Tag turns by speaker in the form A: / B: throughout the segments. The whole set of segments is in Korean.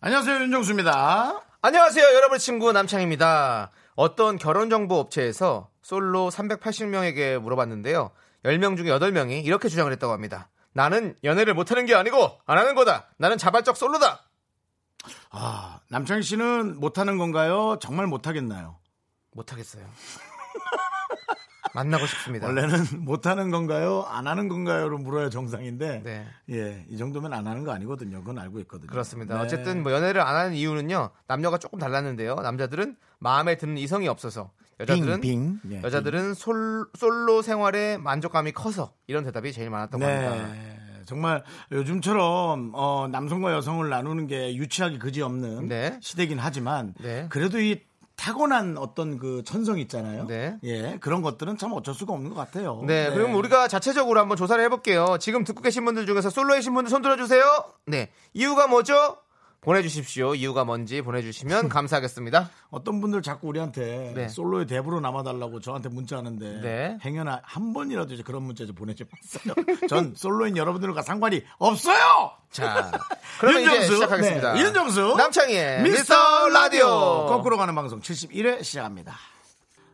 A: 안녕하세요 윤정수입니다
B: 안녕하세요, 여러분 친구 남창입니다. 어떤 결혼 정보 업체에서 솔로 380명에게 물어봤는데요. 10명 중에 8명이 이렇게 주장을 했다고 합니다. 나는 연애를 못하는 게 아니고 안 하는 거다. 나는 자발적 솔로다.
A: 아 남창희 씨는 못하는 건가요? 정말 못하겠나요?
B: 못하겠어요. 만나고 싶습니다.
A: 원래는 못하는 건가요? 안 하는 건가요?로 물어야 정상인데
B: 네.
A: 예, 이 정도면 안 하는 거 아니거든요. 그건 알고 있거든요.
B: 그렇습니다.
A: 네.
B: 어쨌든 뭐 연애를 안 하는 이유는요. 남녀가 조금 달랐는데요. 남자들은 마음에 드는 이성이 없어서 여자들은
A: 빙, 빙. 예,
B: 여자들은 솔, 솔로 생활에 만족감이 커서 이런 대답이 제일 많았다고 합니다.
A: 네. 정말 요즘처럼 어, 남성과 여성을 나누는 게 유치하기 그지없는
B: 네.
A: 시대긴 하지만
B: 네.
A: 그래도 이 타고난 어떤 그 천성 있잖아요.
B: 네.
A: 예, 그런 것들은 참 어쩔 수가 없는 것 같아요.
B: 네, 그럼 우리가 자체적으로 한번 조사를 해볼게요. 지금 듣고 계신 분들 중에서 솔로이신 분들 손 들어주세요. 네, 이유가 뭐죠? 보내주십시오. 이유가 뭔지 보내주시면 감사하겠습니다.
A: 어떤 분들 자꾸 우리한테
B: 네.
A: 솔로의 대부로 남아달라고 저한테 문자하는데
B: 네.
A: 행여나 한 번이라도 이제 그런 문자 좀 보내지 마세요. 전 솔로인 여러분들과 상관이 없어요.
B: 자, 그러면 이제
A: 윤정수,
B: 시작하겠습니다.
A: 네, 윤정수
B: 남창희의
A: 미스터
B: 미스터
A: 라디오
B: 라디오.
A: 거꾸로 가는 방송 71회 시작합니다.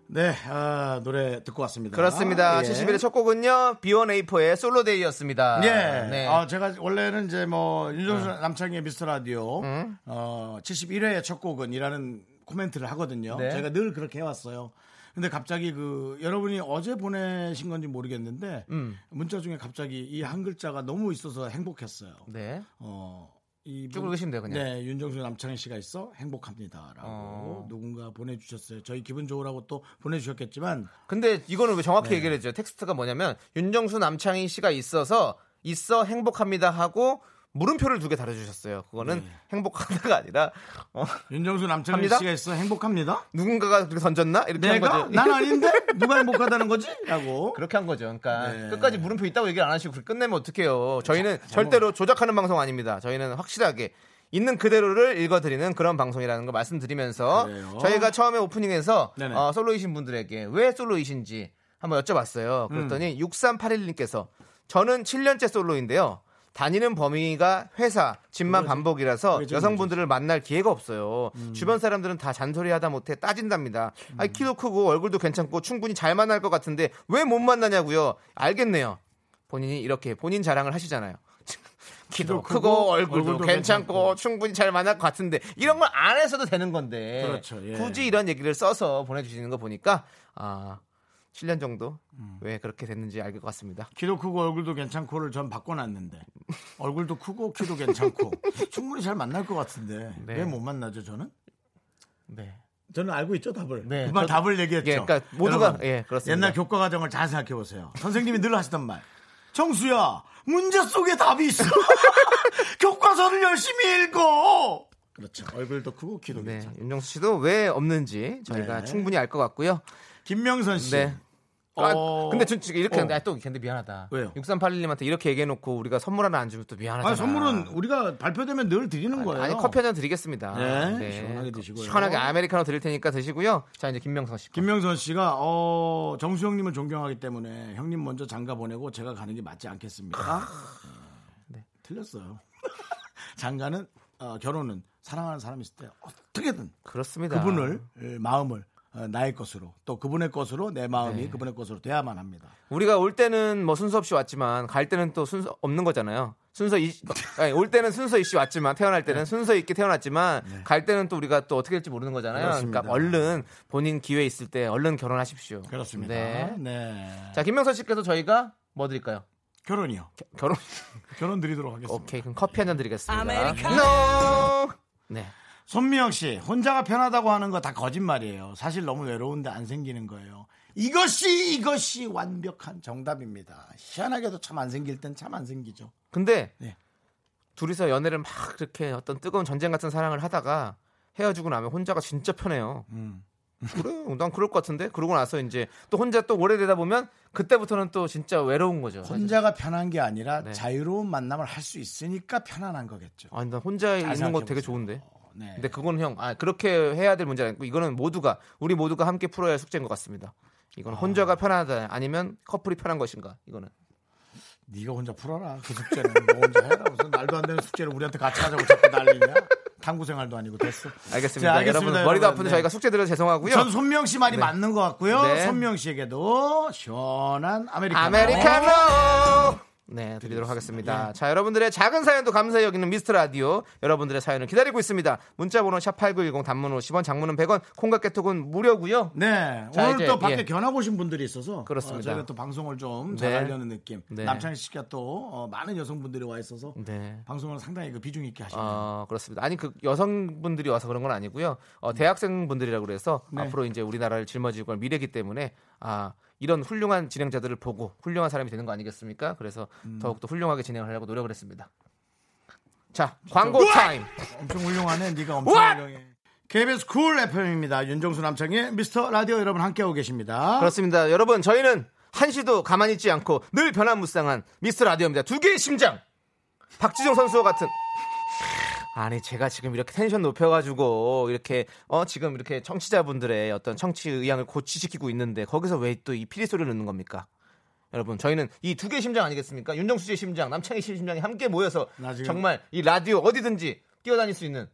A: 네, 아, 노래 듣고 왔습니다.
B: 그렇습니다.
A: 예.
B: 71의 첫 곡은요, B1A4의 솔로데이였습니다.
A: 예.
B: 네. 음.
A: 아, 제가 원래는 이제 뭐 윤정수 남창희의 미스터 라디오 어, 71회의 첫 곡은이라는 코멘트를 하거든요.
B: 네.
A: 제가 늘 그렇게 해왔어요. 근데 갑자기 그 여러분이 어제 보내신 건지 모르겠는데
B: 음.
A: 문자 중에 갑자기 이 한 글자가 너무 있어서 행복했어요.
B: 네.
A: 어, 이
B: 쭉
A: 문-
B: 읽으시면 돼요, 그냥.
A: 네, 윤정수 남창희 씨가 있어 행복합니다라고
B: 어.
A: 누군가 보내주셨어요. 저희 기분 좋으라고 또 보내주셨겠지만
B: 근데 이거는 왜 정확히
A: 네.
B: 얘기를 해줘요? 텍스트가 뭐냐면, 윤정수 남창희 씨가 있어서, 있어 행복합니다 하고, 물음표를 두 개 달아주셨어요. 그거는
A: 네.
B: 행복하다가 아니라, 어,
A: 윤정수 남창희
B: 합니다?
A: 씨가 있어 행복합니다.
B: 누군가가 그렇게 던졌나? 이렇게 한
A: 네, 내가
B: 거죠.
A: 난 아닌데 누가 행복하다는 거지?라고
B: 그렇게 한 거죠. 그러니까
A: 어? 네. 그렇죠.
B: 끝까지 물음표 있다고 얘기를 안 하시고 그걸 끝내면 어떡해요. 저희는
A: 뭐.
B: 절대로 조작하는 방송 아닙니다. 저희는 확실하게 있는 그대로를 읽어드리는 그런 방송이라는 걸 말씀드리면서
A: 그래요.
B: 저희가 처음에 오프닝에서
A: 네네.
B: 어, 솔로이신 분들에게 왜 솔로이신지 한번 여쭤봤어요.
A: 음.
B: 그랬더니 6381님께서 저는 7년째 솔로인데요. 다니는 범위가 회사, 집만 반복이라서
A: 그거지,
B: 어, 여성분들을 만날 기회가 없어요.
A: 음.
B: 주변 사람들은 다 잔소리하다 못해 따진답니다. 아 키도 크고 얼굴도 괜찮고 충분히 잘 만날 것 같은데 왜 못 만나냐고요. 알겠네요. 본인이 이렇게 본인 자랑을 하시잖아요.
A: 키도
B: 키도 크고,
A: 크고,
B: 얼굴도,
A: 얼굴도
B: 괜찮고,
A: 괜찮고.
B: 충분히 잘 만날 것 같은데 이런 걸 안 해서도 되는 건데
A: 그렇죠, 예.
B: 굳이 이런 얘기를 써서 보내주시는 거 보니까 아 7년 정도
A: 음.
B: 왜 그렇게 됐는지 알 것 같습니다.
A: 키도 크고 얼굴도 괜찮고를 전 바꿔놨는데 얼굴도 크고 키도 괜찮고 충분히 잘 만날 것 같은데
B: 네.
A: 왜 못 만나죠 저는?
B: 네.
A: 저는 알고 있죠 답을.
B: 네,
A: 그만
B: 저도-
A: 답을 얘기했죠.
B: 예, 그러니까 모두가-
A: 여러분,
B: 예, 그렇습니다.
A: 옛날 교과 과정을 잘 생각해 보세요. 선생님이 늘 하시던 말. 정수야 문제 속에 답이 있어. 교과서를 열심히 읽어. 그렇죠. 얼굴도 크고 키도
B: 네,
A: 괜찮고.
B: 윤정수 씨도 왜 없는지 저희가
A: 그렇죠. 네.
B: 충분히 알 것 같고요.
A: 김명선 씨.
B: 네. 아,
A: 어,
B: 근데 전 지금 이렇게
A: 어.
B: 근데 아, 또 근데 미안하다.
A: 왜요?
B: 6381님한테 이렇게 얘기해놓고 우리가 선물 하나 안 주면 또 미안하잖아.
A: 아니, 선물은 우리가 발표되면 늘 드리는 거예요.
B: 아니 커피 한 잔 드리겠습니다.
A: 네, 시원하게 드시고요.
B: 시원하게 아메리카노 드릴 테니까 드시고요. 자 이제 김명선 씨. 거.
A: 김명선 씨가 어, 정수 형님을 존경하기 때문에 형님 먼저 장가 보내고 제가 가는 게 맞지 않겠습니까? 네. 틀렸어요. 장가는 어, 결혼은 사랑하는 사람이 있을 때 어떻게든
B: 그렇습니다.
A: 그분을 에, 마음을 어, 나의 것으로 또 그분의 것으로 내 마음이 그분의 것으로 돼야만 합니다.
B: 우리가 올 때는 뭐 순서 없이 왔지만 갈 때는 또 순서 없는 거잖아요. 순서 이, 아니, 올 때는 순서 있이 왔지만 태어날
A: 네.
B: 때는 순서 있게 태어났지만 갈 때는 또 우리가 또 어떻게 될지 모르는 거잖아요.
A: 그렇습니다.
B: 그러니까 얼른 본인 기회 있을 때 얼른 결혼하십시오.
A: 그렇습니다.
B: 네.
A: 네.
B: 자 김명선 씨께서 저희가 뭐 드릴까요?
A: 결혼이요.
B: 결혼.
A: 결혼 드리도록 하겠습니다.
B: 오케이 그럼 커피 한 잔 드리겠습니다. 노. 네.
A: 손미영 씨, 혼자가 편하다고 하는 거 다 거짓말이에요. 사실 너무 외로운데 안 생기는 거예요. 이것이 이것이 완벽한 정답입니다. 희한하게도 참 안 생길 땐 참 안 생기죠.
B: 근데
A: 네.
B: 둘이서 연애를 막 이렇게 어떤 뜨거운 전쟁 같은 사랑을 하다가 헤어지고 나면 혼자가 진짜 편해요.
A: 음.
B: 그래, 난 그럴 것 같은데. 그러고 나서 이제 또 혼자 또 오래되다 보면 그때부터는 또 진짜 외로운 거죠. 사실.
A: 혼자가 편한 게 아니라
B: 네.
A: 자유로운 만남을 할 수 있으니까 편안한 거겠죠.
B: 아니 난 혼자
A: 잘
B: 네, 있는 거
A: 생각해보세요.
B: 되게 좋은데.
A: 어, 네.
B: 근데 그건 형, 아 그렇게 해야 될 문제 아니고 이거는 모두가 우리 모두가 함께 풀어야 할 숙제인 것 같습니다. 이건
A: 아.
B: 혼자가 편하다 아니면 커플이 편한 것인가 이거는.
A: 네가 혼자 풀어라. 그 숙제는 너 혼자 해라. 무슨 말도 안 되는 숙제를 우리한테 같이 하자고 자꾸 난리냐? 탐구 생활도 아니고 됐어.
B: 알겠습니다.
A: 자, 알겠습니다,
B: 여러분 머리도
A: 여러분.
B: 아픈데
A: 네.
B: 저희가 숙제 드려서 죄송하고요.
A: 전 손명 씨 말이 맞는 것 같고요.
B: 네.
A: 손명 씨에게도 시원한 아메리카노. 어?
B: 아메리카노. 네, 드리도록 하겠습니다.
A: 예.
B: 자, 여러분들의 작은 사연도 감사히 여기는 미스터 라디오. 여러분들의 사연을 기다리고 있습니다. 문자 번호 샵8910 단문 50원, 장문은 100원, 콩과 깨톡은 무료고요.
A: 네.
B: 자,
A: 오늘
B: 이제,
A: 또 밖에
B: 예.
A: 견학 오신 분들이 있어서
B: 그렇습니다.
A: 어, 저희가 또 방송을 좀
B: 네.
A: 잘 하려는 느낌.
B: 네.
A: 남창희 씨가 또 어, 많은 여성분들이 와 있어서
B: 네.
A: 방송을 상당히 그 비중 있게 하시네요.
B: 어, 그렇습니다. 아니 그 여성분들이 와서 그런 건 아니고요. 어, 대학생분들이라고 그래서
A: 네.
B: 앞으로 이제 우리나라를 짊어질 건 미래기 때문에 아 이런 훌륭한 진행자들을 보고 훌륭한 사람이 되는 거 아니겠습니까? 그래서
A: 음.
B: 더욱더 훌륭하게 진행을 하려고 노력을 했습니다. 자 광고 타임.
A: 엄청 훌륭하네. 네가 엄청
B: What?
A: 훌륭해. KBS 쿨 FM입니다. 윤정수 남창희 미스터 라디오 여러분 함께하고 계십니다.
B: 그렇습니다. 여러분 저희는 한시도 가만히 있지 않고 늘 변화무쌍한 미스 라디오입니다. 두 개의 심장. 박지정 선수와 같은 아니 제가 지금 이렇게 텐션 높여가지고 이렇게 어 지금 이렇게 청취자분들의 어떤 청취 의향을 고취시키고 있는데 거기서 왜 또 이 피리 소리를 넣는 겁니까? 여러분 저희는 이 두 개의 심장 아니겠습니까? 윤정수 씨의 심장, 남창희 씨의 심장이 함께 모여서
A: 나 지금-
B: 정말 이 라디오 어디든지 뛰어다닐 수 있는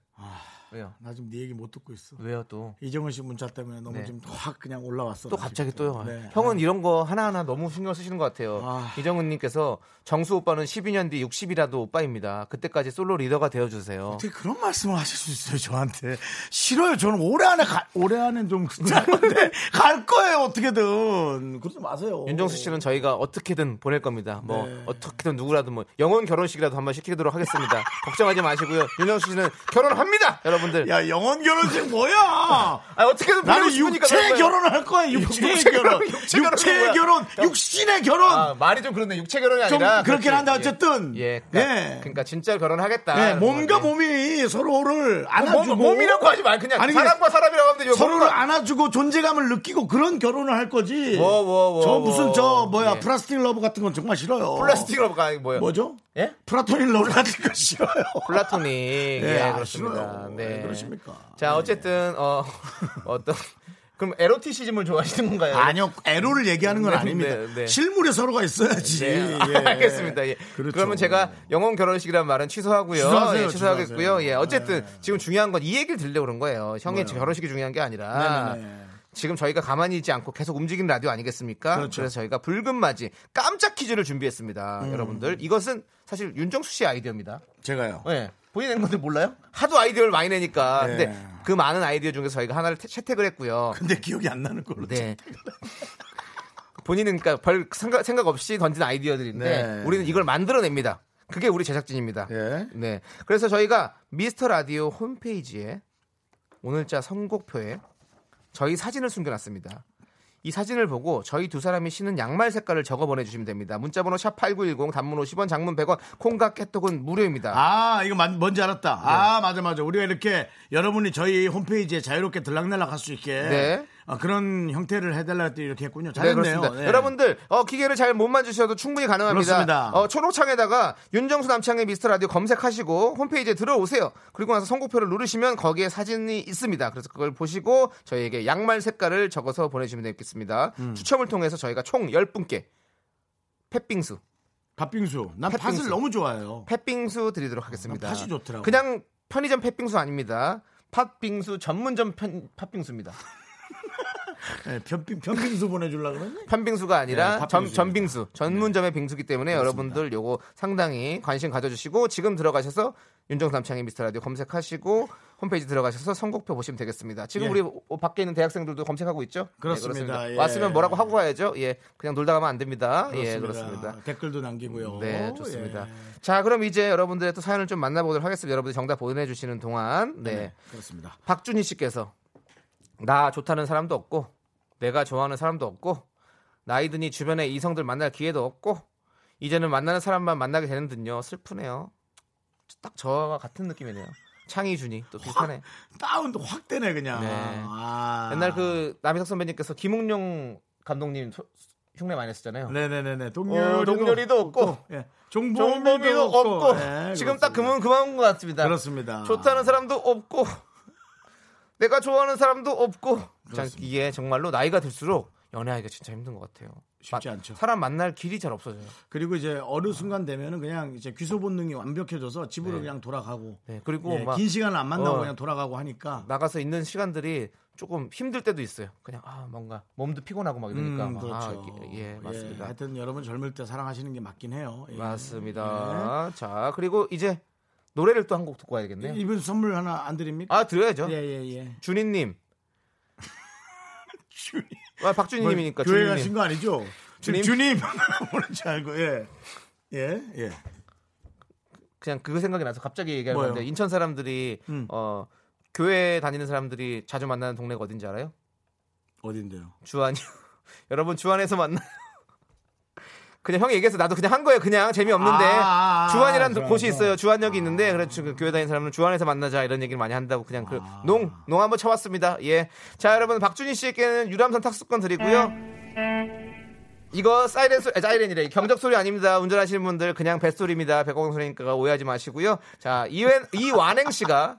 B: 왜요?
A: 나 지금 네 얘기 못 듣고 있어.
B: 왜요 또?
A: 이정은 씨 문자 때문에 너무
B: 네.
A: 지금 확 그냥 올라왔어.
B: 또
A: 나
B: 갑자기
A: 지금.
B: 또요.
A: 네.
B: 형은 이런 거 하나하나 너무 신경 쓰시는 것 같아요.
A: 아.
B: 이정은님께서 정수 오빠는 12년 뒤 60이라도 오빠입니다. 그때까지 솔로 리더가 되어주세요.
A: 어떻게 그런 말씀을 하실 수 있어요 저한테 싫어요 저는 올해 안에 가, 올해 안에 좀 짧은데 갈 거예요 어떻게든 그러지 마세요
B: 윤정수 씨는 저희가 어떻게든 보낼 겁니다. 뭐
A: 네.
B: 어떻게든 누구라도 뭐 영혼 결혼식이라도 한번 시키도록 하겠습니다. 걱정하지 마시고요. 윤정수 씨는 결혼합니다, 여러분들.
A: 야 영혼 결혼식 뭐야
B: 아 어떻게든 보내고
A: 나는
B: 싶으니까
A: 육체
B: 그런 거예요.
A: 결혼할 거야 육체
B: 육체
A: 결혼
B: 결혼, 육체 결혼은
A: 육체
B: 뭐야?
A: 결혼
B: 형.
A: 육신의 결혼
B: 아, 말이 좀 그렇네. 육체 결혼이
A: 좀
B: 아니라
A: 그렇긴
B: 그렇지.
A: 한데
B: 예.
A: 어쨌든
B: 예, 그러니까, 그러니까 진짜 결혼하겠다.
A: 네, 몸과
B: 예.
A: 몸이 서로를 안아주고
B: 몸, 이라고 하지 말 그냥
A: 아니,
B: 사람과 사람이라고 하면 돼요.
A: 서로를
B: 몸과-
A: 안아주고 존재감을 느끼고 그런 결혼을 할 거지.
B: 워, 워, 워,
A: 저
B: 워.
A: 무슨 저 뭐야
B: 예.
A: 플라스틱 러브 같은 건 정말 싫어요.
B: 플라스틱으로 가 뭐요?
A: 뭐죠?
B: 예?
A: 플라토닉 러브 같은 거 싫어요.
B: 플라토닉. 예,
A: 아,
B: 그렇습니다. 네.
A: 싫어요. 왜 그러십니까? 예.
B: 자, 어쨌든 어 어떤 그럼 에로티시즘을 좋아하시는 건가요?
A: 아니요, 에로를 얘기하는 건
B: 네,
A: 아닙니다.
B: 네, 네.
A: 실물에 서로가 있어야지.
B: 네,
A: 예.
B: 알겠습니다. 예.
A: 그렇죠.
B: 그러면 제가 영혼 결혼식이라는 말은 취소하고요.
A: 취소하세요,
B: 예, 취소하겠고요.
A: 취소하세요. 네.
B: 예, 어쨌든 지금 중요한 건 이 얘기를 들려 그런 거예요. 형의 결혼식이 중요한 게 아니라
A: 네네네.
B: 지금 저희가 가만히 있지 않고 계속 움직이는 라디오 아니겠습니까?
A: 그렇죠. 음.
B: 래서 저희가 붉은 맞이 깜짝 퀴즈를 준비했습니다. 여러분들 이것은 사실 윤정수 씨 아이디어입니다.
A: 제가요.
B: 예. 본인 낸 건데 몰라요? 하도 아이디어를 많이 내니까.
A: 예.
B: 근데 그 많은 아이디어 중에서 저희가 하나를 태- 채택을 했고요.
A: 근데 기억이 안 나는 걸로.
B: 네. 본인은 그러니까 별 생각, 생각 없이 던진 아이디어들인데
A: 네.
B: 우리는 이걸 만들어냅니다. 그게 우리 제작진입니다.
A: 예.
B: 네. 그래서 저희가 미스터 라디오 홈페이지에 오늘자 선곡표에 저희 사진을 숨겨놨습니다. 이 사진을 보고 저희 두 사람이 신은 양말 색깔을 적어 보내주시면 됩니다. 문자번호 샵 8910 단문 50원 장문 100원 콩과 깨톡은 무료입니다.
A: 아, 이거 만- 뭔지 알았다. 아, 맞아, 맞아. 우리가 이렇게 여러분이 저희 홈페이지에 자유롭게 들락날락 할 수 있게
B: 네.
A: 아, 그런 형태를 해달라 했더니 이렇게 했군요. 잘했네요.
B: 그렇습니다.
A: 네.
B: 여러분들 어, 기계를 잘 못 만지셔도 충분히 가능합니다.
A: 그렇습니다.
B: 어, 초록창에다가 윤정수 남창의 미스터 라디오 검색하시고 홈페이지에 들어오세요. 그리고 나서 선곡표를 누르시면 거기에 사진이 있습니다. 그래서 그걸 보시고 저희에게 양말 색깔을 적어서 보내주시면 되겠습니다.
A: 음.
B: 추첨을 통해서 저희가 총 10분께 팥빙수
A: 팥빙수. 난
B: 팥빙수.
A: 팥을 너무 좋아해요.
B: 팥빙수 드리도록 하겠습니다.
A: 난 팥이 좋더라고요.
B: 그냥 편의점 팥빙수 아닙니다. 팥빙수 전문점 편- 팥빙수입니다.
A: 네, 편빙, 편빙수 보내주려고 그러네.
B: 편빙수가 아니라
A: 네,
B: 전,
A: 팥빙수입니다. 네.
B: 전빙수 전문점의 빙수기 때문에 여러분들 요거 상당히 관심 가져주시고 지금 들어가셔서 윤정수 남창의 미스터라디오 검색하시고 홈페이지 들어가셔서 선곡표 보시면 되겠습니다. 지금
A: 예.
B: 우리 오- 밖에 있는 대학생들도 검색하고 있죠? 네,
A: 그렇습니다. 예.
B: 왔으면 뭐라고 하고 가야죠. 예, 그냥 놀다 가면 안 됩니다. 예, 그렇습니다.
A: 댓글도 남기고요.
B: 네, 좋습니다.
A: 예.
B: 자, 그럼 이제 여러분들의 또 사연을 좀 만나보도록 하겠습니다. 여러분들 정답 보내주시는 동안 네.
A: 그렇습니다.
B: 박준희 씨께서 나 좋다는 사람도 없고 내가 좋아하는 사람도 없고 나이 드니 주변에 이성들 만날 기회도 없고 이제는 만나는 사람만 만나게 되는 듯요 슬프네요 딱 저와 같은 느낌이네요. 창희준이 또 비슷하네.
A: 다운 확 되네 그냥.
B: 네.
A: 아.
B: 옛날 그 남희석 선배님께서 김웅룡 감독님 소- 흉내 많이 냈었잖아요.
A: 네네네네 동료리도,
B: 어, 동료리도 없고,
A: 예. 종범이도,
B: 종범이도 없고
A: 네,
B: 지금 딱
A: 그렇습니다.
B: 그만 그만인 것 같습니다.
A: 그렇습니다.
B: 좋다는 사람도 없고 내가 좋아하는 사람도 없고 참
A: 그렇습니다.
B: 이게 정말로 나이가 들수록 연애하기가 진짜 힘든 것 같아요.
A: 쉽지 않죠.
B: 사람 만날 길이 잘 없어져요.
A: 그리고 이제 어느 순간 되면은 그냥 이제 귀소 본능이 완벽해져서 집으로
B: 네.
A: 그냥 돌아가고
B: 네, 그리고
A: 예,
B: 막
A: 긴 시간을 안 만나고
B: 어.
A: 그냥 돌아가고 하니까
B: 나가서 있는 시간들이 조금 힘들 때도 있어요. 그냥 아 뭔가 몸도 피곤하고 막 이러니까
A: 음,
B: 막, 아,
A: 그렇죠.
B: 이렇게, 예
A: 예,
B: 맞습니다.
A: 하여튼 여러분 젊을 때 사랑하시는 게 맞긴 해요. 예.
B: 맞습니다. 자 그리고 이제 노래를 또 한 곡 듣고
A: 예.
B: 와야겠네요.
A: 이분 선물 하나 안 드립니까?
B: 아 드려야죠.
A: 예예 예.
B: 준이님.
A: 주님.
B: 아 박준희님이니까
A: 뭐 교회
B: 준이님.
A: 가신 거 아니죠? 주님.
B: 주님?
A: 주님 보는 줄 알고 예. 예, 예.
B: 그냥 그 생각이 나서 갑자기 얘기할
A: 뭐요?
B: 건데 인천 사람들이
A: 음.
B: 어 교회 다니는 사람들이 자주 만나는 동네가 어딘지 알아요?
A: 어딘데요?
B: 주안이요. 여러분 주안에서 만나. 요 그냥 형이 얘기해서 나도 그냥 한 거예요. 그냥 재미없는데
A: 아, 아, 아,
B: 주안이라는 그
A: 주안,
B: 곳이
A: 주안.
B: 있어요. 주안역이 있는데 그래서 그 교회 다니는 사람은 주안에서 만나자 이런 얘기를 많이 한다고 그냥 그
A: 아.
B: 농 농 한번 쳐봤습니다. 예. 자 여러분 박준희 씨에게는 유람선 탁수권 드리고요. 이거 사이렌 소리, 아, 사이렌이래. 경적 소리 아닙니다. 운전하시는 분들 그냥 뱃소리입니다. 백호경 소리니까 오해하지 마시고요. 자, 이완, 이완행 씨가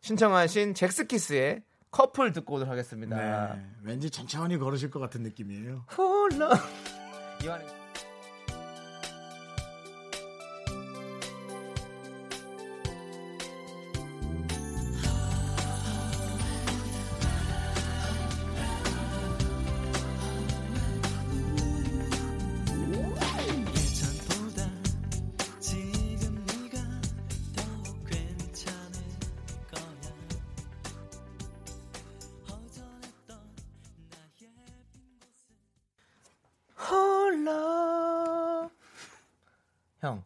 B: 신청하신 잭스키스의 커플 듣고 오도록 하겠습니다.
A: 네. 왠지 천천히 걸으실 것 같은 느낌이에요.
B: 콜라. 이완행 씨. 콜라. 형.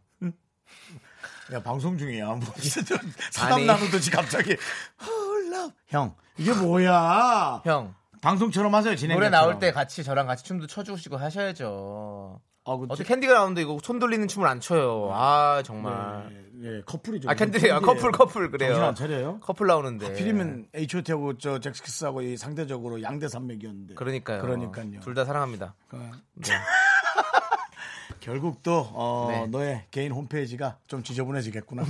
A: 야, 방송 중이야. 뭐 진짜
B: 아니.
A: 사람 나누듯이 갑자기 헐럽. 형, 이게 뭐야?
B: 형.
A: 방송처럼 하세요, 진행.
B: 노래 나올 때 같이 저랑 같이 춤도 춰주시고 하셔야죠.
A: 아, 그,
B: 어떻게 캔디 그라운드 이거 손 돌리는 춤을 안 춰요. 아, 정말.
A: 예, 예, 커플이죠.
B: 아, 캔디예요. 커플, 커플 그래요. 네.
A: 정신 안 차려요?
B: 커플 나오는데.
A: 필이면 H.O.T.하고 저 잭스키스하고 이 상대적으로 양대 산맥이었는데.
B: 그러니까요.
A: 그러니까요.
B: 둘 다 사랑합니다. 네.
A: 결국 또 어,
B: 네.
A: 너의 개인 홈페이지가 좀 지저분해지겠구나.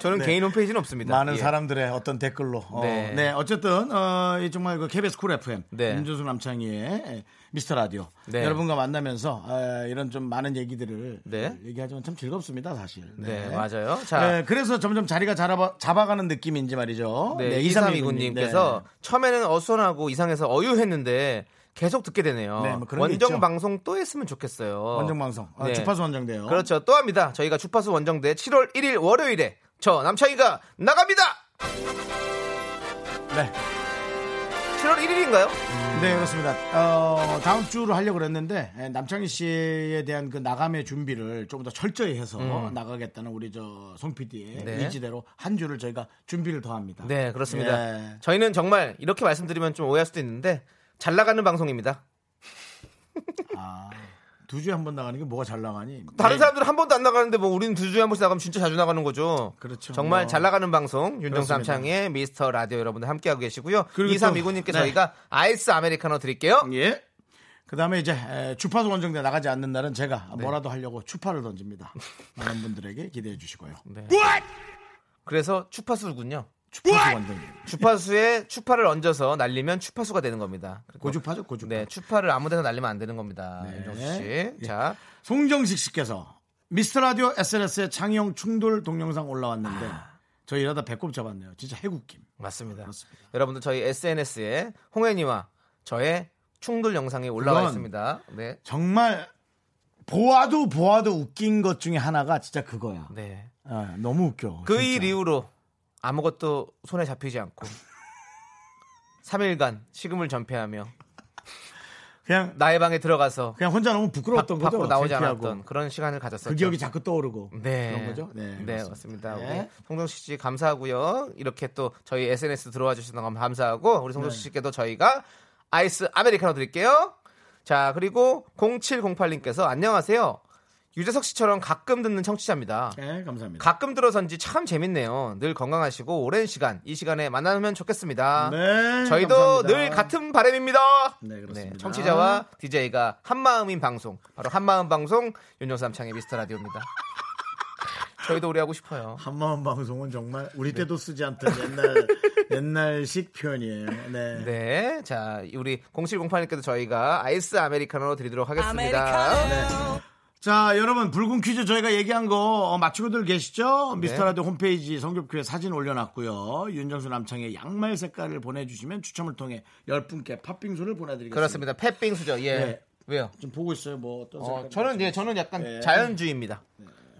B: 저는 개인 홈페이지는 없습니다.
A: 네. 많은
B: 예.
A: 사람들의 어떤 댓글로. 어,
B: 네.
A: 네. 어쨌든 어, 이 정말 그 KBS 쿨 FM
B: 네.
A: 윤조수 남창희의 예, 미스터 라디오
B: 네.
A: 여러분과 만나면서 아, 이런 좀 많은 얘기들을
B: 네.
A: 얘기하지만 참 즐겁습니다 사실.
B: 네, 맞아요. 자.
A: 네, 그래서 점점 자리가 잡아, 잡아가는 느낌인지 말이죠.
B: 네,
A: 이삼이구님.
B: 2329님께서 어,
A: 네.
B: 처음에는 어수선하고 이상해서 어유했는데 계속 듣게 되네요.
A: 네, 뭐 그런 게
B: 원정
A: 있죠.
B: 방송 또 했으면 좋겠어요.
A: 원정 방송 아,
B: 네.
A: 주파수 원정돼요.
B: 그렇죠. 또 합니다. 저희가 주파수 원정대 7월 1일 월요일에 저 남창희가 나갑니다.
A: 네.
B: 7월 1일인가요?
A: 네 그렇습니다. 어, 다음 주로 하려고 그랬는데 예, 남창희 씨에 대한 그 나감의 준비를 조금 더 철저히 해서 나가겠다는 우리 저송 PD의
B: 음. 네.
A: 의지대로 한 주를 저희가 준비를 더합니다.
B: 네, 그렇습니다.
A: 예.
B: 저희는 정말 이렇게 말씀드리면 좀 오해할 수도 있는데 잘 나가는 방송입니다.
A: 아, 두 주에 한 번 나가는 게 뭐가 잘 나가니?
B: 그 다른
A: 네.
B: 사람들은 한 번도 안 나가는데 뭐 우리는 두 주에 한 번씩 나가면 진짜 자주 나가는 거죠.
A: 그렇죠.
B: 정말
A: 뭐.
B: 잘 나가는 방송 윤정삼
A: 그렇습니다.
B: 창의 미스터 라디오 여러분들 함께하고 계시고요.
A: 그리고 또-
B: 2329님께
A: 네.
B: 저희가 아이스 아메리카노 드릴게요.
A: 예. 그 다음에 이제 에, 주파수 원정대 나가지 않는 날은 제가
B: 네.
A: 뭐라도 하려고 추파를 던집니다. 많은 분들에게 기대해 주시고요.
B: 그래서 추파수군요.
A: 주파수 원정대.
B: 주파수에 추파를 얹어서 날리면 추파수가 되는 겁니다. 그리고-
A: 고주파죠, 네. 고주파.
B: 네, 추파를 아무데나 날리면 안 되는 겁니다. 윤정수 씨.
A: 예.
B: 자,
A: 송정식 씨께서 미스터 라디오 SNS에 창의형 충돌 동영상 올라왔는데
B: 아.
A: 저 일하다 배꼽 잡았네요. 진짜 해국김.
B: 맞습니다.
A: 그렇습니다.
B: 여러분들 저희 SNS에 홍현이와 저의 충돌 영상이 올라와
A: 그건-
B: 있습니다. 네.
A: 정말 보아도 보아도 웃긴 것 중에 하나가 진짜 그거야.
B: 네.
A: 아, 너무 웃겨.
B: 그 일
A: 진짜.
B: 이후로 아무것도 손에 잡히지 않고 3일간 식음을 전폐하며
A: 그냥
B: 나의 방에 들어가서
A: 그냥 혼자 너무
B: 바-
A: 부끄러웠던 거죠.
B: 밖으로 나오지
A: 창피하고.
B: 않았던 그런 시간을 가졌었죠.
A: 그 기억이 자꾸 떠오르고
B: 네.
A: 그런 거죠. 네,
B: 맞습니다.
A: 네.
B: 우리 송정식 씨 감사하고요. 이렇게 또 저희 SNS 들어와 주시는 건 감사하고 우리 송정식
A: 네.
B: 씨께도 저희가 아이스 아메리카노 드릴게요. 자, 그리고 0708님께서 안녕하세요. 유재석 씨처럼 가끔 듣는 청취자입니다.
A: 네, 감사합니다.
B: 가끔 들어선지 참 재밌네요. 늘 건강하시고 오랜 시간 이 시간에 만나면 좋겠습니다.
A: 네,
B: 저희도
A: 감사합니다.
B: 늘 같은 바람입니다.
A: 네, 그렇습니다.
B: 청취자와 DJ가 한마음인 방송, 바로 한마음 방송 윤정삼 창의 미스터 라디오입니다. 저희도 우리 하고 싶어요.
A: 한마음 방송은 정말 우리
B: 네.
A: 때도 쓰지 않던 옛날 옛날식 표현이에요. 네.
B: 네, 자 우리 0708님께도 저희가 아이스 아메리카노 드리도록 하겠습니다. 네,
A: 자, 여러분 붉은 퀴즈 저희가 얘기한 거 어, 맞추고들
B: 네.
A: 계시죠? 미스터 라디오 홈페이지 성격표에 사진 올려놨고요. 윤정수 남창의 양말 색깔을 보내주시면 추첨을 통해 10분께 팥빙수를 보내드리겠습니다.
B: 그렇습니다. 팥빙수죠. 예.
A: 네.
B: 왜요?
A: 좀 보고 있어요. 뭐 어떤
B: 어,
A: 색깔?
B: 저는 예, 저는 약간
A: 예.
B: 자연주의입니다.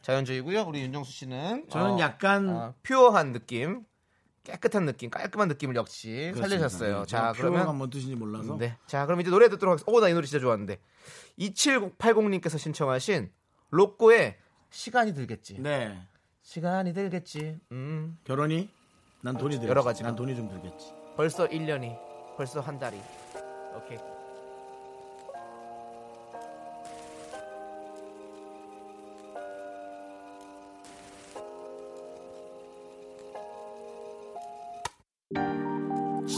B: 자연주의고요. 우리 윤정수 씨는
A: 네. 저는
B: 어,
A: 약간
B: 어, 퓨어한 느낌, 깨끗한 느낌, 깔끔한 느낌을 역시
A: 그렇습니다.
B: 살리셨어요.
A: 예,
B: 자,
A: 제가 표현한
B: 그러면
A: 뭔 뜻인지 몰라서.
B: 네. 자, 그럼 이제 노래 듣도록 하겠습니다. 오, 나 이 노래 진짜 좋아하는데. 2780님께서 신청하신 로꼬의 시간이 들겠지.
A: 네.
B: 시간이 들겠지. 음.
A: 결혼이 난 돈이 들겠지.
B: 어, 여러 가지가.
A: 난 돈이 좀 들겠지.
B: 벌써 1년이, 벌써 한 달이. 오케이.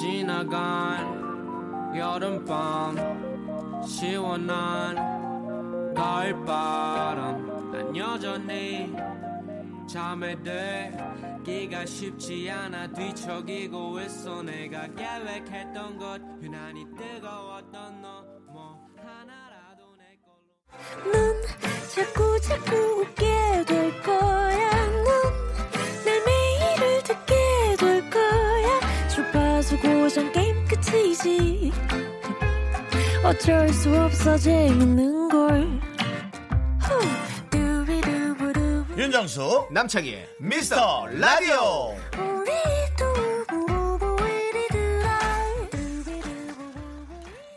C: 지나간 여름밤 시원한 가을바람 난 여전히 잠에 들기가 쉽지 않아 뒤척이고 있어 내가 계획했던 것 유난히 뜨거웠던 너 뭐 하나라도 내 걸로
D: 넌 자꾸 자꾸 웃게 될 거야. 넌내 매일을 듣게 될 거야. 주파수 고정 게임 끝이지. 어쩔 수 없어 재밌는 걸. 후. 두비두부두부.
A: 윤정수
B: 남창희의
A: 미스터 라디오.
D: 우리 두부부부 우리 두라. 두비두부부부.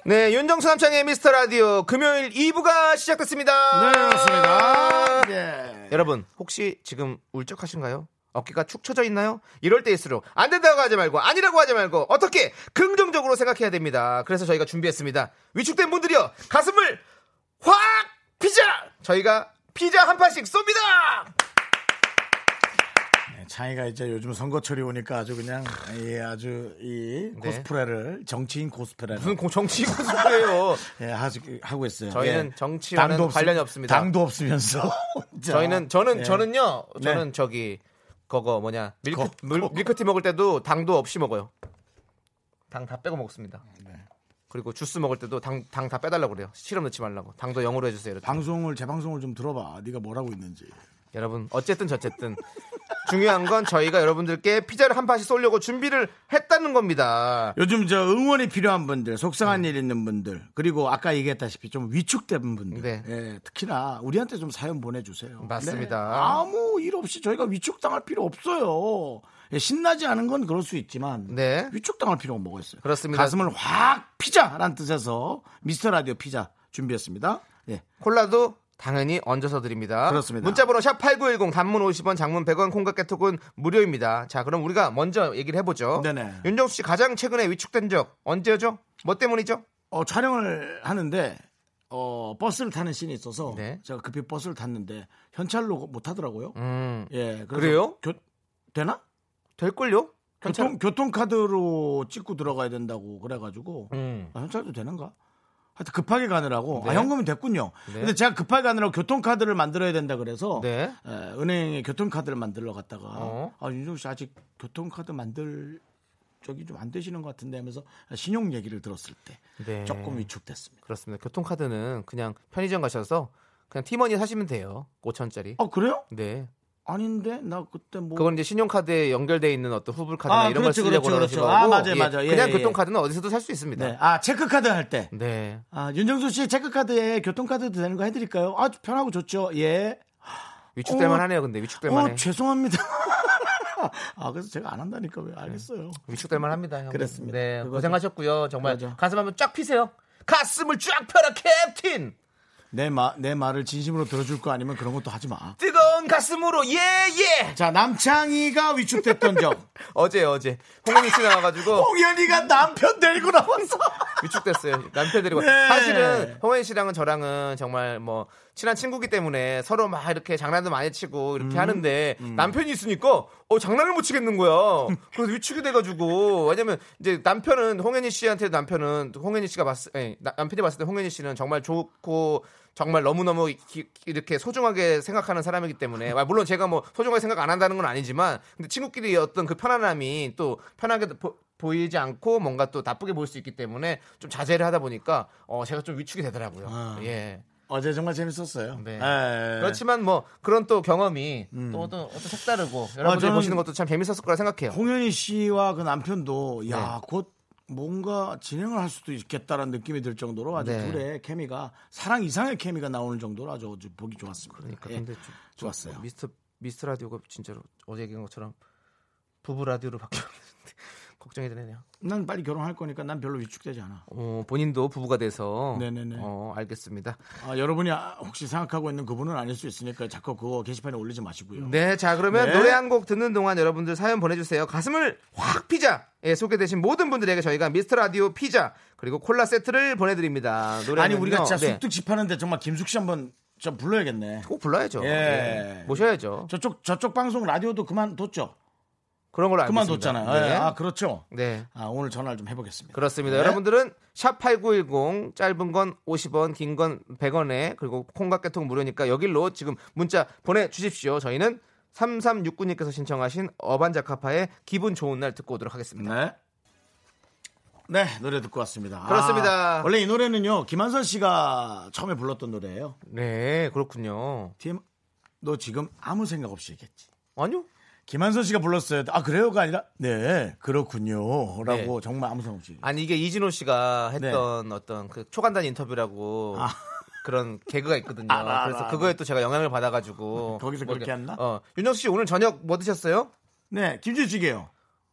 B: 네, 윤정수 남창의 미스터 라디오 금요일 2부가 시작됐습니다.
A: 네, 그렇습니다. 네.
B: 여러분, 혹시 지금 울적하신가요? 어깨가 축 처져 있나요? 이럴 때일수록 안 된다고 하지 말고 아니라고 하지 말고 어떻게 긍정적으로 생각해야 됩니다. 그래서 저희가 준비했습니다. 위축된 분들이요. 가슴을 확 피자! 저희가 피자 한 판씩 쏩니다.
A: 네, 창희가 이제 요즘 선거철이 오니까 아주 그냥 예, 아주 이
B: 네.
A: 코스프레를 정치인 코스프레를
B: 무슨 공- 정치 고수예요.
A: 예, 하시- 하고 있어요.
B: 저희는
A: 예.
B: 정치와는
A: 당도 없-
B: 관련이 없습니다.
A: 당도 없으면서 혼자.
B: 저희는 저는
A: 예.
B: 저는요. 저는
A: 네.
B: 저기 그거 뭐냐 밀크
A: 거-
B: 밀,
A: 거-
B: 밀크티 먹을 때도 당도 없이 먹어요. 당 다 빼고 먹습니다.
A: 아, 네.
B: 그리고 주스 먹을 때도 당 당 다 빼달라고 그래요. 시럽 넣지 말라고. 당도 영으로 해주세요. 이렇게.
A: 방송을 재방송을 좀 들어봐. 네가 뭐라고 있는지.
B: 여러분 어쨌든 저쨌든 중요한 건 저희가 여러분들께 피자를 한 판씩 쏠려고 준비를 했다는 겁니다.
A: 요즘 저 응원이 필요한 분들, 속상한
B: 네.
A: 일 있는 분들, 그리고 아까 얘기했다시피 좀 위축된 분들,
B: 네.
A: 예, 특히나 우리한테 좀 사연 보내주세요.
B: 맞습니다.
A: 네, 아무 일 없이 저희가 위축당할 필요 없어요. 예, 신나지 않은 건 그럴 수 있지만
B: 네.
A: 위축당할 필요가 뭐가 있어요?
B: 그렇습니다.
A: 가슴을 확 피자라는 뜻에서 미스터 라디오 피자 준비했습니다. 예,
B: 콜라도 당연히 얹어서 드립니다.
A: 그렇습니다.
B: 문자번호 샵 8910 단문 50원 장문 100원 콩과 깨톡은 무료입니다. 자 그럼 우리가 먼저 얘기를 해보죠.
A: 네네.
B: 윤정수 씨 가장 최근에 위축된 적 언제죠? 뭐 때문이죠?
A: 어, 촬영을 하는데 어, 버스를 타는 씬이 있어서
B: 네.
A: 제가 급히 버스를 탔는데 현찰로 못 타더라고요.
B: 음
A: 예, 그래서
B: 그래요?
A: 교- 되나?
B: 될걸요?
A: 교통 교통카드로 찍고 들어가야 된다고 그래가지고
B: 음.
A: 아, 현찰도 되는가? 하여튼 급하게 가느라고
B: 네.
A: 아 현금은 됐군요.
B: 네.
A: 근데 제가 급하게 가느라고 교통카드를 만들어야 된다 그래서
B: 네.
A: 에, 은행에 교통카드를 만들러 갔다가
B: 어.
A: 아 윤종 씨 아직 교통카드 만들 적이 좀 안 되시는 것 같은데 하면서 신용 얘기를 들었을 때
B: 네.
A: 조금 위축됐습니다.
B: 그렇습니다. 교통카드는 그냥 편의점 가셔서 그냥 티머니 사시면 돼요. 5천짜리.
A: 아 그래요?
B: 네.
A: 아닌데 나 그때 뭐
B: 그건 이제 신용카드에 연결돼 있는 어떤 후불카드나
A: 아,
B: 이런
A: 그렇죠,
B: 걸 쓰려고
A: 그렇죠,
B: 그러시고
A: 그렇죠. 아, 맞아요, 맞아요. 예,
B: 그냥
A: 예.
B: 교통카드는 어디서도 살 수 있습니다.
A: 네. 아 체크카드 할 때.
B: 네.
A: 아 윤정수 씨 체크카드에 교통카드도 되는 거 해드릴까요? 아 편하고 좋죠. 예.
B: 위축될
A: 어.
B: 만하네요. 근데 위축될 만해.
A: 어, 죄송합니다. 아, 그래서 제가 안 한다니까 왜 알겠어요.
B: 위축될 만합니다. 형.
A: 그렇습니다.
B: 네,
A: 그거죠.
B: 고생하셨고요. 정말
A: 그거죠.
B: 가슴 한번 쫙 피세요. 가슴을 쫙 펴라 캡틴.
A: 내, 마, 내 말을 진심으로 들어줄 거 아니면 그런 것도 하지 마.
B: 뜨거운 가슴으로 예예
A: 자, 남창희가 위축됐던 적.
B: 어제 어제 홍현희 씨 나와가지고
A: 홍현이가 남편 데리고 나왔어.
B: 위축됐어요 남편 데리고
A: 네.
B: 사실은 홍현희 씨랑은 저랑은 정말 뭐 친한 친구기 때문에 서로 막 이렇게 장난도 많이 치고 이렇게 하는데 남편이 있으니까 어 장난을 못 치겠는 거야 그래서 위축이 돼가지고 왜냐면 이제 남편은 홍현희 씨한테 남편은 홍현희 씨가 봤을 아니, 나- 남편이 봤을 때 홍현희 씨는 정말 좋고 정말 너무너무 기- 이렇게 소중하게 생각하는 사람이기 때문에 아, 물론 제가 뭐 소중하게 생각 안 한다는 건 아니지만 근데 친구끼리 어떤 그 편안함이 또 편하게 보, 보이지 않고 뭔가 또 나쁘게 보일 수 있기 때문에 좀 자제를 하다 보니까 어 제가 좀 위축이 되더라고요.
A: 아.
B: 예.
A: 어제 정말 재밌었어요.
B: 네.
A: 예.
B: 그렇지만 뭐 그런 또 경험이 또 어떤 어떤 색다르고 여러분들이
A: 음. 아, 저는-
B: 보시는 것도 참 재밌었을 거라 생각해요.
A: 홍현희 씨와 그 남편도
B: 네.
A: 야, 곧 뭔가 진행을 할 수도 있겠다라는 느낌이 들 정도로 아주
B: 네.
A: 둘의 케미가 사랑 이상의 케미가 나오는 정도로 아주 아주 보기 좋았습니다.
B: 그러니까
A: 예.
B: 근데 좀-
A: 좋았어요.
B: 좀 미스터 미스터 라디오가 진짜로 어제 얘기한 것처럼 부부 라디오로 바뀌었는데 걱정이 되네요.
A: 난 빨리 결혼할 거니까 난 별로 위축되지 않아.
B: 어, 본인도 부부가 돼서
A: 네네네.
B: 어, 알겠습니다.
A: 아, 여러분이 아, 혹시 생각하고 있는 그분은 아닐 수 있으니까 자꾸 그거 게시판에 올리지 마시고요.
B: 네, 자 그러면
A: 네.
B: 노래 한 곡 듣는 동안 여러분들 사연 보내주세요. 가슴을 확 피자. 예, 소개되신 모든 분들에게 저희가 미스터 라디오 피자 그리고 콜라 세트를 보내드립니다. 노래
A: 아니 우리가 진짜
B: 네.
A: 쑥뚝 집하는데 정말 김숙 씨 한번 좀 불러야겠네.
B: 꼭 불러야죠.
A: 예.
B: 예, 모셔야죠.
A: 저쪽 저쪽 방송 라디오도 그만뒀죠.
B: 그런 걸로 알고 있습니다.
A: 그만뒀잖아요. 예,
B: 네.
A: 아 그렇죠.
B: 네.
A: 아 오늘 전화를 좀 해보겠습니다.
B: 그렇습니다.
A: 네.
B: 여러분들은 샵 8910 짧은 건 50원, 긴 건 100원에 그리고 콩깍개통 무료니까 여기로 지금 문자 보내 주십시오. 저희는 3369님께서 신청하신 어반자카파의 기분 좋은 날 듣고 오도록 하겠습니다.
A: 네. 네 노래 듣고 왔습니다.
B: 그렇습니다.
A: 아, 원래 이 노래는요 김한선 씨가 처음에 불렀던 노래예요.
B: 네, 그렇군요.
A: 팀, 너 지금 아무 생각 없이 얘기했지.
B: 아니요.
A: 김한선 씨가 불렀어요. 아 그래요가 아니라 네 그렇군요라고
B: 네.
A: 정말 아무 생각 없이.
B: 아니 이게 이진호 씨가 했던 어떤 그 초간단 인터뷰라고
A: 네. 아.
B: 그런 개그가 있거든요.
A: 알아,
B: 그래서
A: 알아,
B: 그거에 또 제가 영향을 받아가지고
A: 거기서
B: 뭐
A: 그렇게
B: 이렇게-
A: 했나?
B: 어, 윤정수 씨 오늘 저녁 뭐 드셨어요?
A: 네 김치찌개요.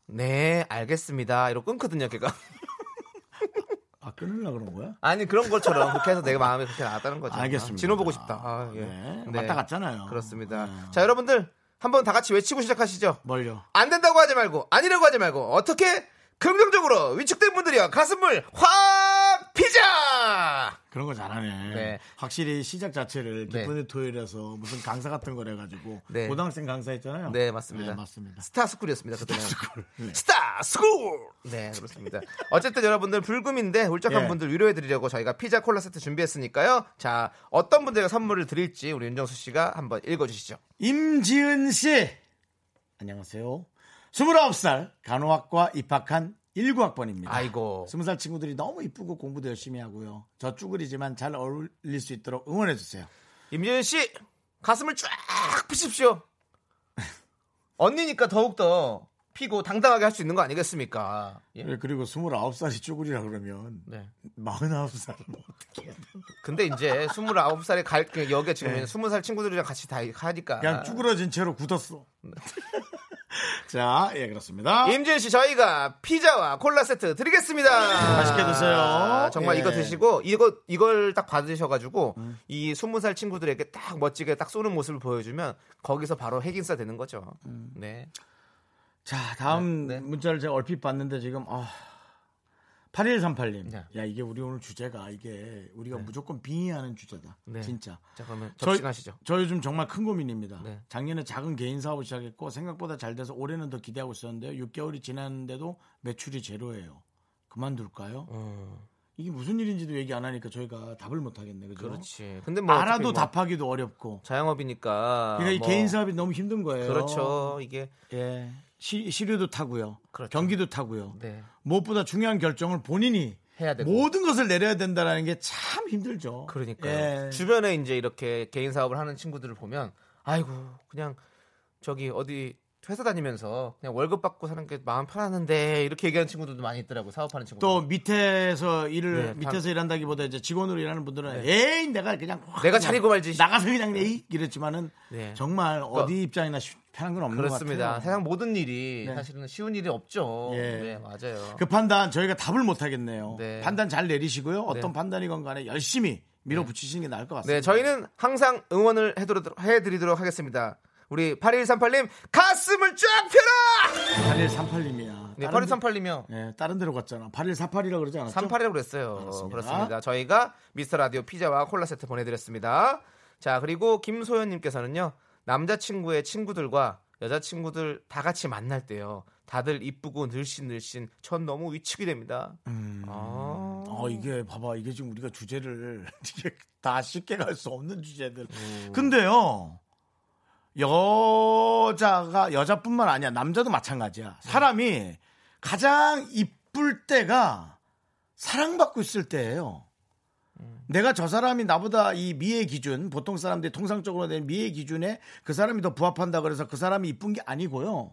B: 네, 알겠습니다. 이러고 끊거든요, 걔가.
A: 아 끊으려 그런 거야?
B: 아니 그런 것처럼 그렇게 해서 내가 마음이 그렇게 나왔다는 거죠.
A: 알겠습니다.
B: 진호 보고 싶다. 아, 예.
A: 네, 왔다 갔잖아요.
B: 그렇습니다.
A: 네.
B: 자 여러분들 한번 다 같이 외치고 시작하시죠.
A: 뭘요?
B: 안 된다고 하지 말고 아니라고 하지 말고 어떻게 긍정적으로 위축된 분들이여 가슴을 확 피자.
A: 그런 거 잘하네.
B: 네.
A: 확실히 시작 자체를
B: 네.
A: 기쁜의 토요일에서 무슨 강사 같은 걸 해가지고
B: 네.
A: 고등학생 강사 했잖아요.
B: 네 맞습니다.
A: 네, 맞습니다.
B: 스타스쿨이었습니다. 스타스쿨. 스타스쿨. 네 그렇습니다. 어쨌든 여러분들 불금인데 울적한
A: 예.
B: 분들 위로해드리려고 저희가 피자 콜라 세트 준비했으니까요. 자 어떤 분들에게 선물을 드릴지 우리 윤정수 씨가 한번 읽어주시죠.
A: 임지은 씨, 안녕하세요. 29살 간호학과 입학한 19학번입니다.
B: 아이고.
A: 스무 살 친구들이 너무 이쁘고 공부도 열심히 하고요. 저 쭈그리지만 잘 어울릴 수 있도록 응원해 주세요.
B: 임지은 씨 가슴을 쫙 피십시오. 언니니까 더욱 더 피고 당당하게 할 수 있는 거 아니겠습니까? 예.
A: 네, 그리고 29살이 쭈그리라 그러면
B: 네.
A: 49살은
B: 아.
A: 어떻게 해야 돼?
B: 근데 이제 29살에 갈 그, 여기가 지금 20살 친구들이랑 같이 다 하니까
A: 그냥 쭈그러진 채로 굳었어. 자, 예, 그렇습니다.
B: 네. 임지은 씨 저희가 피자와 콜라 세트 드리겠습니다.
A: 네.
B: 아,
A: 맛있게 드세요.
B: 정말
A: 예.
B: 이거 드시고 이거 이걸 딱 받으셔가지고 이 20살 친구들에게 딱 멋지게 딱 쏘는 모습을 보여주면 거기서 바로 핵인싸 되는 거죠.
A: 음.
B: 네.
A: 자, 다음
B: 네, 네.
A: 문자를 제가 얼핏 봤는데 지금 아 8138님.
B: 네.
A: 야, 이게 우리 오늘 주제가 이게 우리가 무조건 빙의하는 주제다.
B: 네.
A: 진짜.
B: 자 그러면
A: 저희-
B: 접근하시죠.
A: 저 요즘 정말 큰 고민입니다.
B: 네.
A: 작년에 작은 개인 사업을 시작했고 생각보다 잘 돼서 올해는 더 기대하고 있었는데요. 6개월이 지났는데도 매출이 제로예요.
B: 어.
A: 그만둘까요? 이게 무슨 일인지도 얘기 안 하니까 저희가 답을 못 하겠네. 그죠?
B: 그렇지. 근데 뭐 어차피
A: 알아도
B: 뭐
A: 답하기도 어렵고.
B: 자영업이니까.
A: 그러니까 이
B: 뭐
A: 개인 사업이 너무 힘든 거예요.
B: 그렇죠. 이게
A: 예. 시, 시류도 타고요.
B: 그렇죠.
A: 경기도 타고요.
B: 네.
A: 무엇보다 중요한 결정을 본인이
B: 해야 되고.
A: 모든 것을 내려야 된다라는 게 참 힘들죠.
B: 그러니까
A: 예.
B: 요 주변에 이제 이렇게 개인 사업을 하는 친구들을 보면 아이고 그냥 저기 어디 회사 다니면서 그냥 월급 받고 사는 게 마음 편하는데 이렇게 얘기하는 친구들도 많이 있더라고 사업하는 친구들.
A: 또 밑에서 일을
B: 음. 네,
A: 밑에서 일한다기보다 이제 직원으로 일하는 분들은 에이 내가 그냥 확
B: 내가
A: 그냥
B: 차리고 말지.
A: 나가서 그냥 내 이랬지만은
B: 네.
A: 정말 어디 입장이나 쉽- 편한 건 없는 것
B: 그렇습니다.
A: 같아요.
B: 세상 모든 일이
A: 네.
B: 사실은 쉬운 일이 없죠.
A: 예.
B: 네, 맞아요.
A: 그 판단 저희가 답을 못 하겠네요.
B: 네.
A: 판단 잘 내리시고요. 어떤
B: 네.
A: 판단이건 간에 열심히 밀어붙이시는 게 나을 것 같습니다.
B: 네, 저희는 항상 응원을 해드리도록, 해드리도록 하겠습니다. 우리 8138님, 가슴을 쫙 펴라!
A: 8138님이야.
B: 네, 8138님이요.
A: 네, 다른 데로 갔잖아. 8148이라고 그러지 않았죠?
B: 38이라고 그랬어요.
A: 알았습니다.
B: 그렇습니다. 저희가 미스터 라디오 피자와 콜라 세트 보내드렸습니다. 자, 그리고 김소연님께서는요, 남자친구의 친구들과 여자친구들 다 같이 만날 때요, 다들 이쁘고 늘씬늘씬, 전 너무 위축이 됩니다.
A: 음.
B: 아.
A: 어, 이게 봐봐. 이게 지금 우리가 주제를 이게 다 쉽게 갈 수 없는 주제들. 근데요. 여자가 여자뿐만 아니야. 남자도 마찬가지야. 사람이 가장 이쁠 때가 사랑받고 있을 때예요. 내가 저 사람이 나보다 이 미의 기준, 보통 사람들이 통상적으로 된 미의 기준에 그 사람이 더 부합한다 그래서 그 사람이 이쁜 게 아니고요.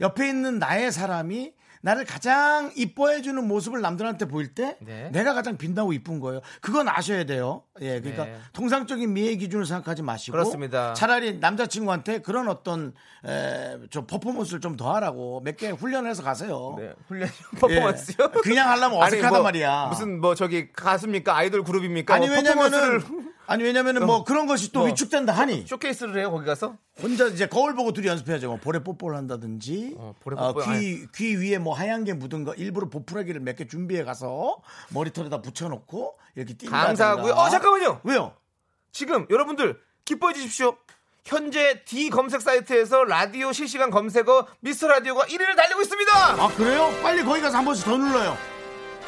A: 옆에 있는 나의 사람이 나를 가장 이뻐해주는 모습을 남들한테 보일 때
B: 네.
A: 내가 가장 빛나고 이쁜 거예요. 그건 아셔야 돼요. 예, 그러니까
B: 네.
A: 통상적인 미의 기준을 생각하지 마시고
B: 그렇습니다.
A: 차라리 남자친구한테 그런 어떤 에, 저 퍼포먼스를 좀 더 하라고 몇 개 훈련해서 가세요.
B: 네, 훈련 퍼포먼스요?
A: 예. 그냥 하려면
B: 아니,
A: 어색하다
B: 뭐,
A: 말이야.
B: 무슨 뭐 저기 가수입니까? 아이돌 그룹입니까?
A: 그러니까 아니
B: 어,
A: 왜냐면은
B: 퍼포먼스를
A: 아니 왜냐면은 뭐 그런 것이 또
B: 뭐.
A: 위축된다 하니
B: 쇼케이스를 해요 거기 가서?
A: 혼자 이제 거울 보고 둘이 연습해야죠. 뭐 볼에 뽀뽀를 한다든지
B: 어, 볼에
A: 어,
B: 뽀뽀.
A: 귀, 귀 위에 뭐 하얀 게 묻은 거 일부러 보풀하기를 몇 개 준비해 가서 머리털에다 붙여놓고 이렇게 뛴다.
B: 감사하고요. 어 잠깐만요.
A: 왜요?
B: 지금 여러분들 기뻐해 주십시오. 현재 D 검색 사이트에서 라디오 실시간 검색어 미스터 라디오가 1위를 달리고 있습니다.
A: 아 그래요? 빨리 거기 가서 한 번씩 더 눌러요.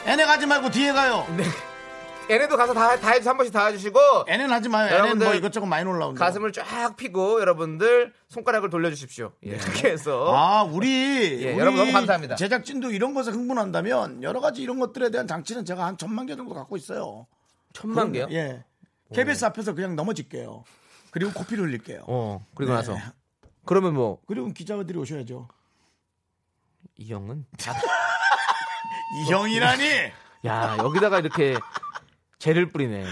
A: 애네 가지 말고 뒤에 가요.
B: 얘네도 가서 다, 다 해주 한 번씩 다 해주시고
A: 애는 하지 마요. 애는
B: 여러분들
A: 뭐 이것저것 많이 올라온다.
B: 가슴을 쫙 피고 여러분들 손가락을 돌려주십시오. 예, 이렇게 해서
A: 아, 우리,
B: 예,
A: 우리
B: 여러분 너무 감사합니다.
A: 제작진도 이런 것에 흥분한다면 여러 가지 이런 것들에 대한 장치는 제가 한 천만 개 정도 갖고 있어요.
B: 천만 개요.
A: 예. KBS 앞에서 그냥 넘어질게요. 그리고 코피를 흘릴게요.
B: 어 그리고
A: 네.
B: 나서 그러면 뭐 이
A: 그리고 기자들이 오셔야죠.
B: 형은 아,
A: 이 형이라니!
B: 야 여기다가 이렇게 재를 뿌리네.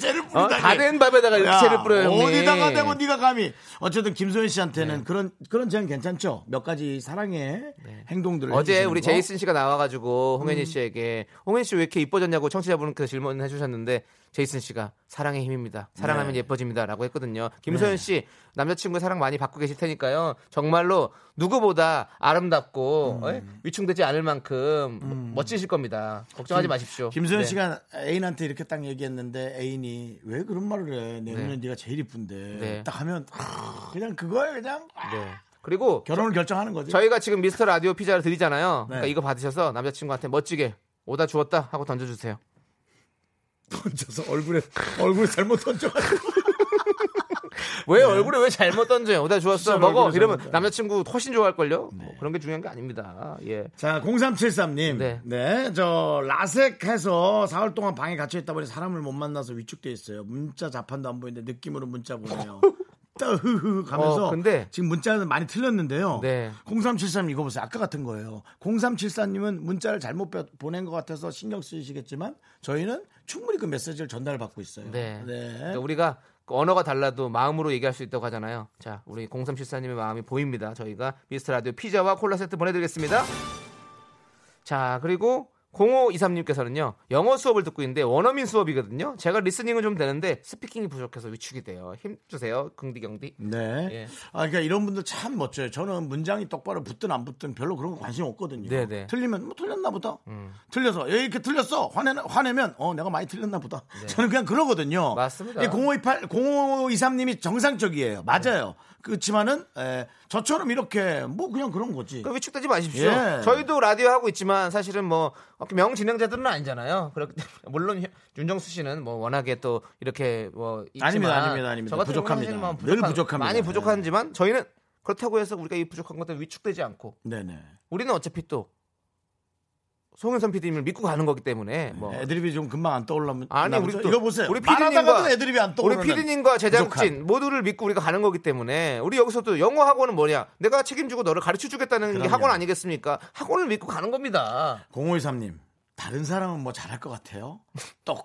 A: 쟤를
B: 어?
A: 부른다니!
B: 다 된 밥에다가 이렇게
A: 야,
B: 재를 뿌려요. 형님. 네.
A: 어디다가 대고 네가 감히. 어쨌든 김소연 씨한테는 그런 그런 제안 괜찮죠. 몇 가지 사랑의 행동들을
B: 어제
A: 해주시는
B: 우리
A: 거.
B: 제이슨 씨가 나와가지고
A: 음.
B: 홍현희 씨에게 홍현희 씨 왜 이렇게 이뻐졌냐고 청취자분께서 질문을 해주셨는데 제이슨 씨가 사랑의 힘입니다. 사랑하면
A: 네.
B: 예뻐집니다라고 했거든요. 김소연 씨 남자친구 사랑 많이 받고 계실 테니까요. 정말로 누구보다 아름답고
A: 음.
B: 예? 위충되지 않을 만큼 멋지실 겁니다. 걱정하지 마십시오.
A: 김소연
B: 네.
A: 씨가 애인한테 이렇게 딱 얘기했는데 애인이 왜 그런 말을 해? 내 눈엔 네. 가 제일 이쁜데
B: 네.
A: 딱 하면 아, 그냥 그거야 그냥
B: 네. 그리고
A: 결혼을 결정하는 거지.
B: 저희가 지금 미스터 라디오 피자를 드리잖아요. 그러니까
A: 네.
B: 이거 받으셔서 남자친구한테 멋지게 오다 주었다 하고 던져주세요.
A: 던져서 얼굴에 얼굴 잘못 던져가지고
B: 왜 얼굴에 왜 잘못 던져요? 오다 주웠어
A: 네. 진짜
B: 먹어
A: 얼굴에 잘못
B: 이러면
A: 던져요. 네.
B: 남자친구 훨씬 좋아할걸요? 뭐 그런 게 중요한 게 아닙니다. 예.
A: 자, 0373님.
B: 네.
A: 네. 저, 라섹해서 4월 동안 방에 갇혀있다 보니 사람을 못 만나서 위축돼 있어요. 문자 자판도 안 보이는데 느낌으로 문자 보내요. 떠흐흐 가면서
B: 어, 근데-
A: 지금 문자는 많이 틀렸는데요.
B: 네.
A: 0373 이거 보세요. 아까 같은 거예요. 0374님은 문자를 잘못 보- 보낸 것 같아서 신경 쓰이시겠지만 저희는 충분히 그 메시지를 전달받고 있어요.
B: 네.
A: 네.
B: 그러니까 우리가 그 언어가 달라도 마음으로 얘기할 수 있다고 하잖아요. 자, 우리 0374님의 마음이 보입니다. 저희가 미스터 라디오 피자와 콜라 세트 보내드리겠습니다. 자, 그리고 0523님께서는요, 영어 수업을 듣고 있는데 원어민 수업이거든요. 제가 리스닝은 좀 되는데 스피킹이 부족해서 위축이 돼요. 힘주세요. 긍디경디.
A: 네.
B: 예.
A: 아, 그러니까 이런 분들 참 멋져요. 저는 문장이 똑바로 붙든 안 붙든 별로 그런 거 관심 없거든요.
B: 네네. 음.
A: 틀리면 뭐 틀렸나 보다. 틀려서 에 이렇게 틀렸어. 화내 화내면 어 내가 많이 틀렸나 보다. 저는 그냥 그러거든요.
B: 네. 맞습니다.
A: 이 0528, 0523님이 정상적이에요. 맞아요. 그렇지만은 에, 저처럼 이렇게 뭐 그냥 그런 거지.
B: 그럼 위축되지 마십시오.
A: 예.
B: 저희도 라디오 하고 있지만 사실은 뭐 명진행자들은 아니잖아요. 그렇기 때문에 물론 윤정수 씨는 뭐 워낙에 또 이렇게 뭐 있지만
A: 아닙니다, 아닙니다, 아닙니다.
B: 저 같은
A: 부족합니다.
B: 경우는 사실 뭐
A: 늘 부족합니다. 예.
B: 많이 부족하지만 저희는 그렇다고 해서 우리가 이 부족한 것들 위축되지 않고
A: 네네.
B: 우리는 어차피 또 송윤선 PD님을 믿고 가는 거기 때문에 뭐
A: 애드립이 좀 금방 안 떠올라면
B: 아니
A: 나
B: 우리
A: 보죠.
B: 또
A: 이거 보세요.
B: 우리
A: 말하다가도
B: PD님과
A: 애드립이 안
B: 우리
A: 떠오르는
B: PD님과 제작진
A: 부족한.
B: 모두를 믿고 우리가 가는 거기 때문에 우리 여기서 또 영어 학원은 뭐냐? 내가 책임지고 너를 가르쳐 주겠다는 게
A: 그럼요.
B: 학원 아니겠습니까? 학원을 믿고 가는 겁니다.
A: 0523님 다른 사람은 뭐 잘할 것 같아요.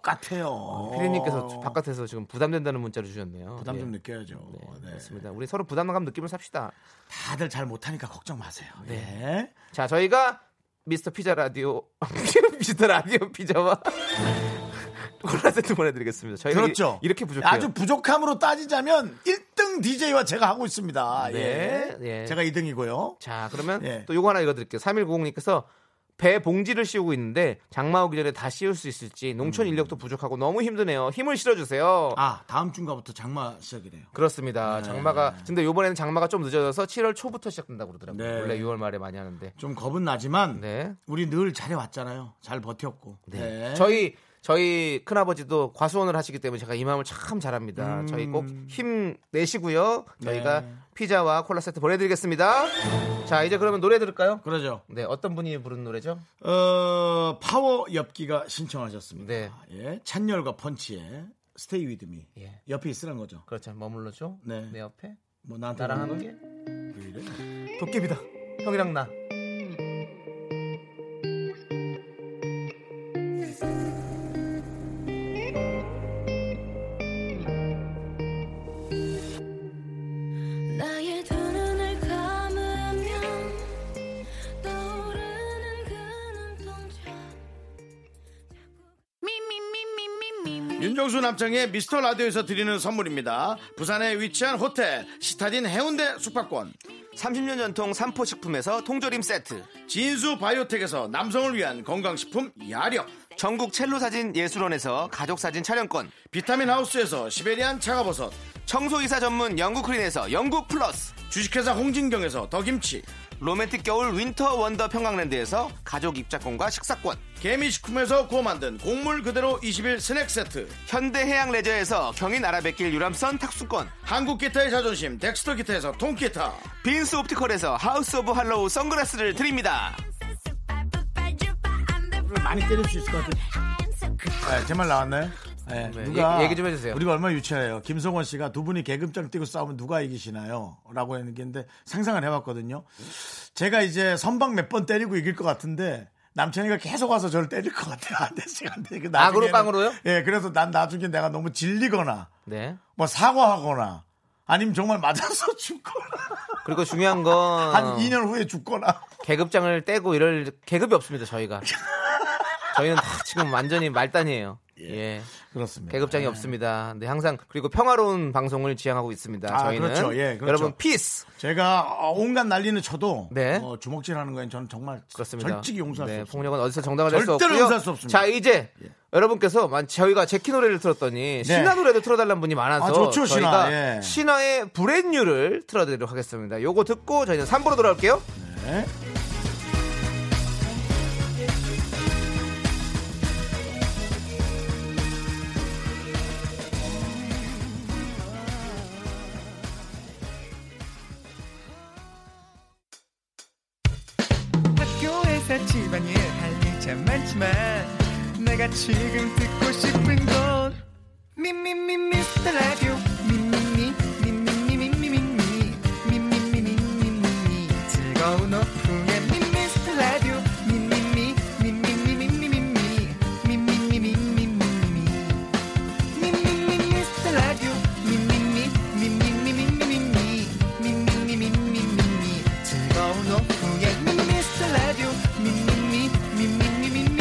A: 똑같아요.
B: PD님께서 어, 바깥에서 지금 부담된다는 문자를 주셨네요.
A: 어. 부담 좀
B: 예.
A: 느껴야죠.
B: 네,
A: 네.
B: 그렇습니다. 우리 서로 부담감 느낌을 삽시다.
A: 다들 잘 못하니까 걱정 마세요. 예.
B: 자, 저희가 미스터 피자 라디오 미스터 라디오 피자와 콜라 세트 보내드리겠습니다. 저희가
A: 그렇죠.
B: 이- 이렇게 부족해요.
A: 아주 부족함으로 따지자면 1등 DJ와 제가 하고 있습니다.
B: 네,
A: 예.
B: 예.
A: 제가 2등이고요.
B: 자, 그러면
A: 예.
B: 또 요거 하나 읽어드릴게요. 3190님께서 배 봉지를 씌우고 있는데 장마 오기 전에 다 씌울 수 있을지 농촌 인력도 부족하고 너무 힘드네요. 힘을 실어주세요.
A: 음. 아, 다음 주인가부터 장마 시작이네요.
B: 그렇습니다. 장마가 근데 요번에는 장마가 좀 늦어져서 7월 초부터 시작된다고 그러더라고요.
A: 네.
B: 원래 6월 말에 많이 하는데.
A: 좀 겁은 나지만
B: 네.
A: 우리 늘 잘해왔잖아요. 잘 버텼고. 네.
B: 저희 저희 큰아버지도 과수원을 하시기 때문에 제가 이 마음을 참 잘합니다. 저희 꼭 힘 내시고요. 저희가
A: 네.
B: 피자와 콜라 세트 보내드리겠습니다. 자 이제 그러면 노래 들을까요?
A: 그러죠.
B: 네 어떤 분이 부른 노래죠?
A: 어, 파워 엽기가 신청하셨습니다.
B: 네.
A: 예. 찬열과 펀치의 스테이 위드미.
B: 예.
A: 옆에 있으란 거죠.
B: 그렇죠 머물러줘
A: 네.
B: 내 옆에
A: 뭐 나한테
B: 나랑
A: 그러는
B: 함께
A: 왜 이래?
B: 도깨비다 형이랑 나
D: 나의 두 눈을 감으면 떠오르는 그 눈동자 미미미미미미
A: 윤정수 남창의 미스터 라디오에서 드리는 선물입니다. 부산에 위치한 호텔 시타딘 해운대 숙박권,
B: 30년 전통 삼포식품에서 통조림 세트
A: 진수 바이오텍에서 남성을 위한 건강식품 야력,
B: 전국 첼로사진 예술원에서 가족사진 촬영권
A: 비타민 하우스에서 시베리안 차가버섯,
B: 청소이사 전문 영국크린에서 영국 플러스
A: 주식회사 홍진경에서 더김치,
B: 로맨틱 겨울 윈터 원더 평강랜드에서 가족 입자권과 식사권
A: 개미식품에서 구워 만든 곡물 그대로 21 스낵 세트,
B: 현대해양 레저에서 경인 아라뱃길 유람선 탁수권
A: 한국 기타의 자존심 덱스터 기타에서 통기타,
B: 빈스 옵티컬에서 하우스 오브 할로우 선글라스를 드립니다
A: 많이 때릴 수 있을 것 같아요. 제 말 나왔나요? 네,
B: 네,
A: 누가
B: 얘기- 얘기 좀 해주세요.
A: 우리가 얼마나 유치해요. 김성원 씨가 두 분이 개급장 뛰고 싸우면 누가 이기시나요? 라고 했는데 상상을 해봤거든요. 제가 이제 선방 몇 번 때리고 이길 것 같은데 남편이가 계속 와서 저를 때릴 것 같아요. 안 돼, 지금 안 돼. 그 나중에는-
B: 악으로 깡으로요?
A: 예, 그래서 난 나중에 내가 너무 질리거나
B: 네
A: 뭐 사과하거나 아니면 정말 맞아서 죽거나
B: 그리고 중요한 건
A: 한 2년 후에 죽거나
B: 계급장을 떼고 이럴 계급이 없습니다 저희가 저희는 다 지금 완전히 말단이에요 예.
A: 그렇습니다.
B: 계급장이
A: 예.
B: 없습니다. 근데 항상 그리고 평화로운 방송을 지향하고 있습니다.
A: 아,
B: 저희는
A: 그렇죠. 예, 그렇죠.
B: 여러분 피스
A: 제가 어, 온갖 난리는 쳐도
B: 네.
A: 어, 주먹질하는 거엔 저는 정말
B: 그렇습니다.
A: 절직히 용서할
B: 네,
A: 수 없어요.
B: 폭력은 어디서 정당화될수
A: 절대로
B: 없고요.
A: 용서할 수 없습니다. 예.
B: 자 이제 여러분께서 만- 저희가 제키 노래를 틀었더니 신화 노래도 틀어달라는 분이 많아서
A: 네. 아, 좋죠, 신화.
B: 저희가
A: 예.
B: 신화의 브랜뉴를 틀어드리도록 하겠습니다. 요거 듣고 저희는 3부로 돌아올게요.
A: 네.
E: 학교에서 집안일 할 일 참 많지만 내가 지금 듣고 싶은 건 미미미 미스터 라디오 미미미 미미미 미미미 미미미 미미미 즐거운 오후에 미스터 라디오 미미미 미미미 미미미 미미미 미미미 미미미 미스터 라디오 미미미 미미미 미미미 미미미 미미미 즐거운 오후에 미스터 라디오 미미미 미미미 미미미 미미미 미미미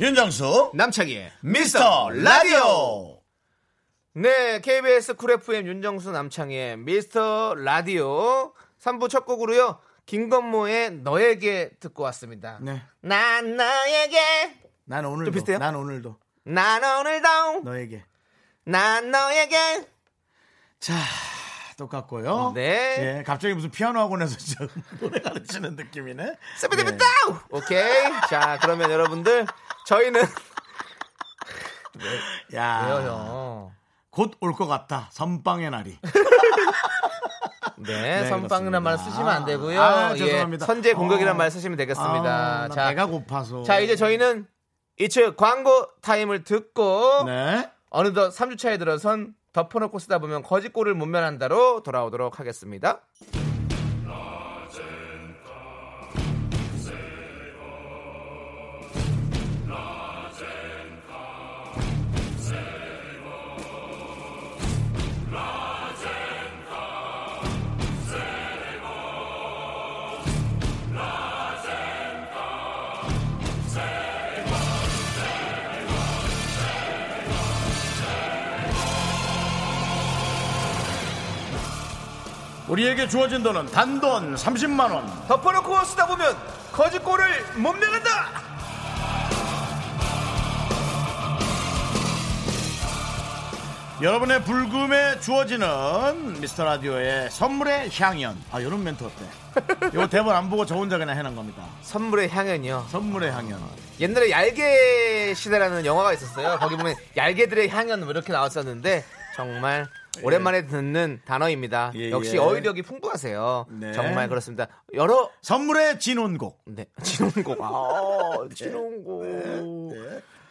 A: 윤정수
B: 남창희의
A: 미스터 라디오
B: 네, KBS 쿨 FM 윤정수 남창희의 미스터 라디오 3부 첫 곡으로요. 김건모의 너에게 듣고 왔습니다.
A: 네.
B: 난 너에게
A: 난 오늘도
B: 좀 비슷해요?
A: 난 오늘도
B: 난 오늘도
A: 너에게
B: 난 너에게
A: 자 똑같고요.
B: 네.
A: 예, 갑자기 무슨 피아노 학원에서 지금 노래 가르치는 느낌이네.
B: 쓰비디비따 오케이. 자, 그러면 여러분들 저희는
A: 예. 야,
B: 왜요?
A: 곧 올 것 같다. 선빵의 날이.
B: 네,
A: 네,
B: 선빵이란 말
A: 그렇습니다.
B: 쓰시면 안 되고요.
A: 아, 죄송합니다.
B: 예, 선제 공격이란
A: 어.
B: 말 쓰시면 되겠습니다.
A: 아, 나
B: 자,
A: 배가 고파서.
B: 자, 이제 저희는 이츠 광고 타임을 듣고
A: 네.
B: 어느덧 3주차에 들어선 덮어놓고 쓰다 보면 거짓골을 못 면한다로 돌아오도록 하겠습니다.
A: 라젠카 우리에게 주어진 돈은 단돈 30만 원.
B: 덮어놓고 쓰다 보면 거짓골을 못 내간다.
A: 여러분의 불금에 주어지는 미스터 라디오의 선물의 향연. 아, 이런 멘트 어때? 이거 대본 안 보고 저 혼자 그냥 해낸 겁니다.
B: 선물의 향연이요.
A: 선물의 향연.
B: 옛날에 얄개 시대라는 영화가 있었어요. 거기 보면 얄개들의 향연 뭐 이렇게 나왔었는데 정말 오랜만에 듣는 단어입니다.
A: 예,
B: 역시
A: 예.
B: 어휘력이 풍부하세요.
A: 네.
B: 정말 그렇습니다. 여러
A: 선물의 진혼곡.
B: 네, 진홍곡. 아,
A: 네.
B: 진홍곡.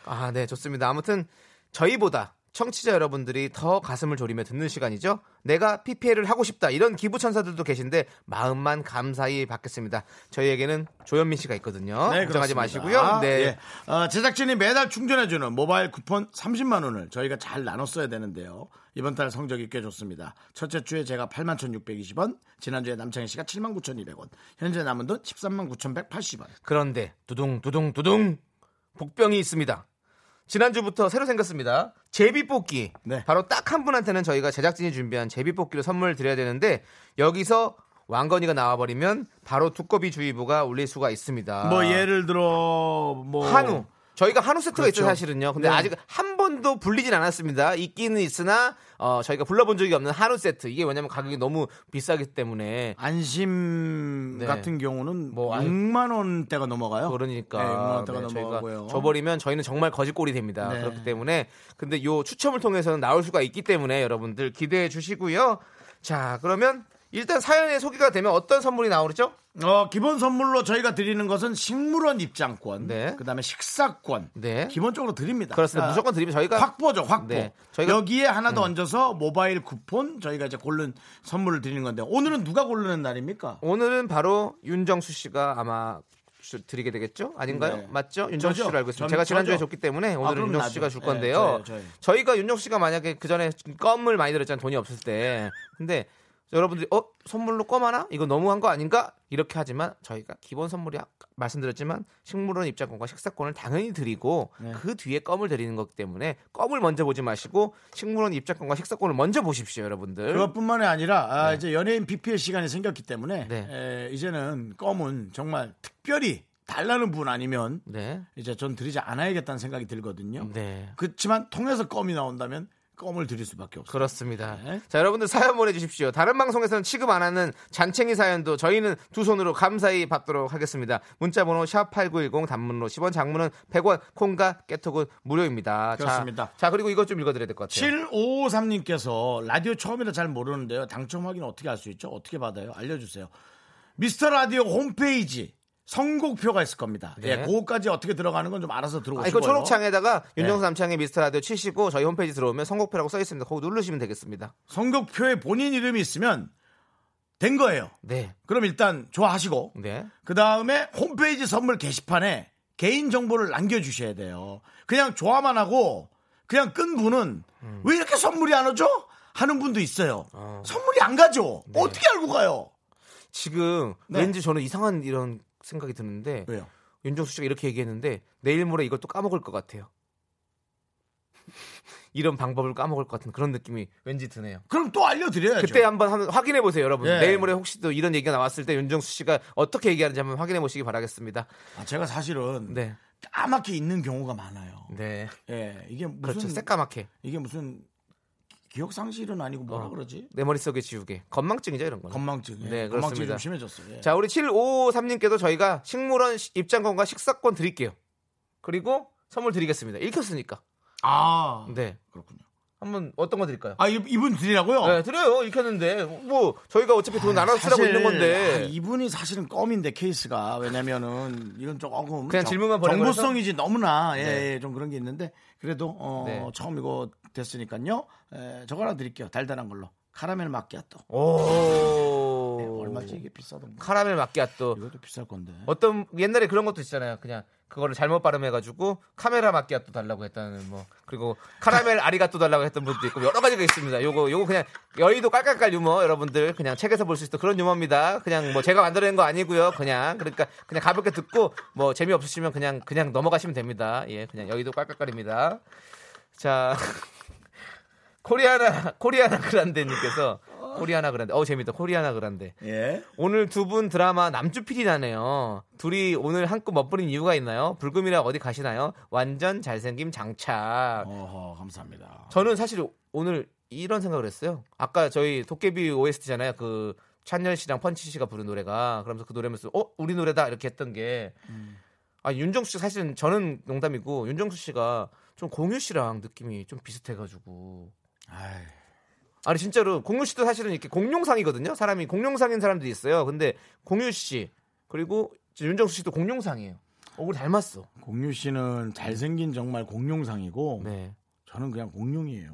B: 아, 네, 좋습니다. 아무튼 저희보다 청취자 여러분들이 더 가슴을 졸이며 듣는 시간이죠. 내가 PPL을 하고 싶다. 이런 기부 천사들도 계신데 마음만 감사히 받겠습니다. 저희에게는 조현민 씨가 있거든요. 어,
A: 네,
B: 걱정하지
A: 그렇습니다.
B: 마시고요. 네.
A: 예. 어, 제작진이 매달 충전해주는 모바일 쿠폰 30만 원을 저희가 잘 나눠 써야 되는데요. 이번 달 성적이 꽤 좋습니다. 첫째 주에 제가 8만 1,620원, 지난주에 남창희 씨가 7만 9,200원, 현재 남은 돈 13만 9,180원.
B: 그런데 두둥 두둥 두둥 복병이 있습니다. 지난주부터 새로 생겼습니다. 제비뽑기.
A: 네.
B: 바로 딱 한 분한테는 저희가 제작진이 준비한 제비뽑기를 선물 드려야 되는데 여기서 왕건이가 나와버리면 바로 두꺼비 주의보가 울릴 수가 있습니다.
A: 뭐 예를 들어 뭐
B: 아. 한우. 저희가 한우 세트가
A: 그렇죠.
B: 있죠 사실은요. 근데
A: 네.
B: 아직 한 번도 불리진 않았습니다. 있기는 있으나 어, 저희가 불러본 적이 없는 한우 세트. 이게 왜냐면 가격이 너무 비싸기 때문에
A: 안심
B: 네.
A: 같은 경우는
B: 뭐 아유.
A: 6만 원대가 넘어가요.
B: 그러니까
A: 네, 6만 원대가
B: 네,
A: 넘어가고요.
B: 줘버리면 저희는 정말 거짓골이 됩니다.
A: 네.
B: 그렇기 때문에 근데 요 추첨을 통해서는 나올 수가 있기 때문에 여러분들 기대해 주시고요. 자 그러면 일단 사연에 소개가 되면 어떤 선물이 나오죠?
A: 어, 기본 선물로 저희가 드리는 것은 식물원 입장권,
B: 네.
A: 그다음에 식사권
B: 네.
A: 기본적으로 드립니다.
B: 그렇습니다.
A: 아,
B: 무조건 드리면 저희가
A: 확보죠, 확보.
B: 네. 저희가- 음.
A: 여기에 하나 더 얹어서 모바일 쿠폰 저희가 이제 고른 선물을 드리는 건데 오늘은 누가 고르는 날입니까?
B: 오늘은 바로 윤정수 씨가 아마 주- 드리게 되겠죠? 아닌가요?
A: 네.
B: 맞죠? 윤정수
A: 저죠?
B: 씨로 알고
A: 저는
B: 있습니다. 제가 지난주에
A: 저죠.
B: 줬기 때문에
A: 아,
B: 오늘은
A: 그럼
B: 윤정수
A: 나죠.
B: 씨가 줄
A: 네,
B: 건데요.
A: 저예요, 저예요.
B: 저희가 윤정수 씨가 만약에 그 전에 껌을 많이 들었잖아요. 돈이 없을 때. 근데 여러분들이 어 선물로 껌 하나? 이거 너무한 거 아닌가? 이렇게 하지만 저희가 기본 선물이 아까 말씀드렸지만 식물원 입장권과 식사권을 당연히 드리고 그 뒤에 껌을 드리는 거기 때문에 껌을 먼저 보지 마시고 식물원 입장권과 식사권을 먼저 보십시오, 여러분들.
A: 그것뿐만이 아니라 아, 이제 연예인 BP의 시간이 생겼기 때문에
B: 네.
A: 에, 이제는 껌은 정말 특별히 달라는 분 아니면
B: 네.
A: 이제 전 드리지 않아야겠다는 생각이 들거든요.
B: 네.
A: 그렇지만 통해서 껌이 나온다면 껌을 드릴 수밖에 없어요.
B: 그렇습니다.
A: 네.
B: 자, 여러분들 사연 보내주십시오. 다른 방송에서는 취급 안 하는 잔챙이 사연도 저희는 두 손으로 감사히 받도록 하겠습니다. 문자번호 샵8910 단문로 10원 장문은 100원, 콩과 깨톡은 무료입니다. 자,
A: 그렇습니다.
B: 자, 그리고 이것 좀 읽어드려야 될 것 같아요.
A: 7553님께서 라디오 처음이라 잘 모르는데요. 당첨 확인 어떻게 할 수 있죠? 어떻게 받아요? 알려주세요. 미스터 라디오 홈페이지 선곡표가 있을 겁니다.
B: 네.
A: 예, 그거까지 어떻게 들어가는 건 좀 알아서 들어오시고요. 네.
B: 아, 이거 초록창에다가 윤정수 남창의 미스터 라디오 치시고 저희 홈페이지 들어오면 선곡표라고 써 있습니다. 거기 누르시면 되겠습니다.
A: 선곡표에 본인 이름이 있으면 된 거예요.
B: 네.
A: 그럼 일단 좋아하시고
B: 네.
A: 그 다음에 홈페이지 선물 게시판에 개인 정보를 남겨주셔야 돼요. 그냥 좋아만 하고 그냥 끈 분은
B: 음.
A: 왜 이렇게 선물이 안 오죠? 하는 분도 있어요. 선물이 안 가죠.
B: 네.
A: 어떻게 알고 가요?
B: 지금
A: 네.
B: 왠지 저는 이상한 이런 생각이 드는데
A: 왜요?
B: 윤정수 씨가 이렇게 얘기했는데 내일 모레 이걸 또 까먹을 것 같아요. 이런 방법을 까먹을 것 같은 그런 느낌이 왠지 드네요.
A: 그럼 또 알려드려야죠.
B: 그때 한번 한- 확인해 보세요, 여러분.
A: 예.
B: 내일 모레 혹시 또 이런 얘기가 나왔을 때 윤정수 씨가 어떻게 얘기하는지 한번 확인해 보시기 바라겠습니다.
A: 아, 제가 사실은
B: 네,
A: 까맣게 있는 경우가 많아요.
B: 네,
A: 예, 이게 무슨
B: 그렇죠. 새까맣게
A: 이게 무슨 기억 상실은 아니고 뭐라
B: 어.
A: 그러지?
B: 내 머릿속에 지우개. 건망증이죠, 이런 거.
A: 건망증. 예.
B: 네,
A: 건망증이
B: 그렇습니다.
A: 좀 심해졌어요. 예.
B: 자, 우리 7553님께도 저희가 식물원 시- 입장권과 식사권 드릴게요. 그리고 선물 드리겠습니다. 읽혔으니까.
A: 아,
B: 네.
A: 그렇군요.
B: 한번 어떤 거 드릴까요?
A: 아, 이- 이분 드리라고요?
B: 네, 드려요. 읽혔는데. 뭐, 저희가 어차피 돈 나눠 쓰라고
A: 사실,
B: 있는 건데.
A: 아, 이분이 사실은 껌인데 케이스가 왜냐면은 이건 조금
B: 그냥
A: 정-
B: 질문만 보낸
A: 정보성이지 너무나 예,
B: 네.
A: 예, 좀 그런 게 있는데 그래도 어,
B: 네.
A: 처음 이거 됐으니까요 에, 저거 하나 드릴게요 달달한 걸로 카라멜 마끼아또
B: 오.
A: 네, 얼마지 이게 비싸던가
B: 카라멜 마끼아또.
A: 이것도 비쌀 건데
B: 어떤 옛날에 그런 것도 있잖아요. 그냥 그거를 잘못 발음해가지고 카메라 마끼아또 달라고 했다는 뭐 그리고 카라멜 아리가또 달라고 했던 분도 있고 뭐 여러 가지가 있습니다. 요거 요거 그냥 여의도 깔깔깔 유머 여러분들 그냥 책에서 볼 수 있던 그런 유머입니다. 그냥 뭐 제가 만들어낸 거 아니고요. 그냥 그러니까 그냥 가볍게 듣고 뭐 재미 없으시면 그냥 그냥 넘어가시면 됩니다. 예, 그냥 여의도 깔깔깔입니다. 자. 코리아나 코리아나 그란데님께서 코리아나 그란데. 어 재밌다. 코리아나 그란데.
A: 예.
B: 오늘 두 분 드라마 남주필이라네요. 둘이 오늘 한껏 멋부린 이유가 있나요? 불금이라 어디 가시나요? 완전 잘생김 장착.
A: 어허, 감사합니다.
B: 저는 사실 오늘 이런 생각을 했어요. 아까 저희 도깨비 OST잖아요. 그 찬열 씨랑 펀치 씨가 부른 노래가 그러면서 그 노래면서 어 우리 노래다 이렇게 했던 게 아, 윤정수 씨 사실은 저는 농담이고 윤정수 씨가 좀 공유 씨랑 느낌이 좀 비슷해가지고
A: 아이,
B: 아니 진짜로 공유 씨도 사실은 이렇게 공룡상이거든요. 사람이 공룡상인 사람들이 있어요. 근데 공유 씨 그리고 윤정수 씨도 공룡상이에요. 얼굴 닮았어.
A: 공유 씨는 잘생긴 정말 공룡상이고
B: 네.
A: 저는 그냥 공룡이에요.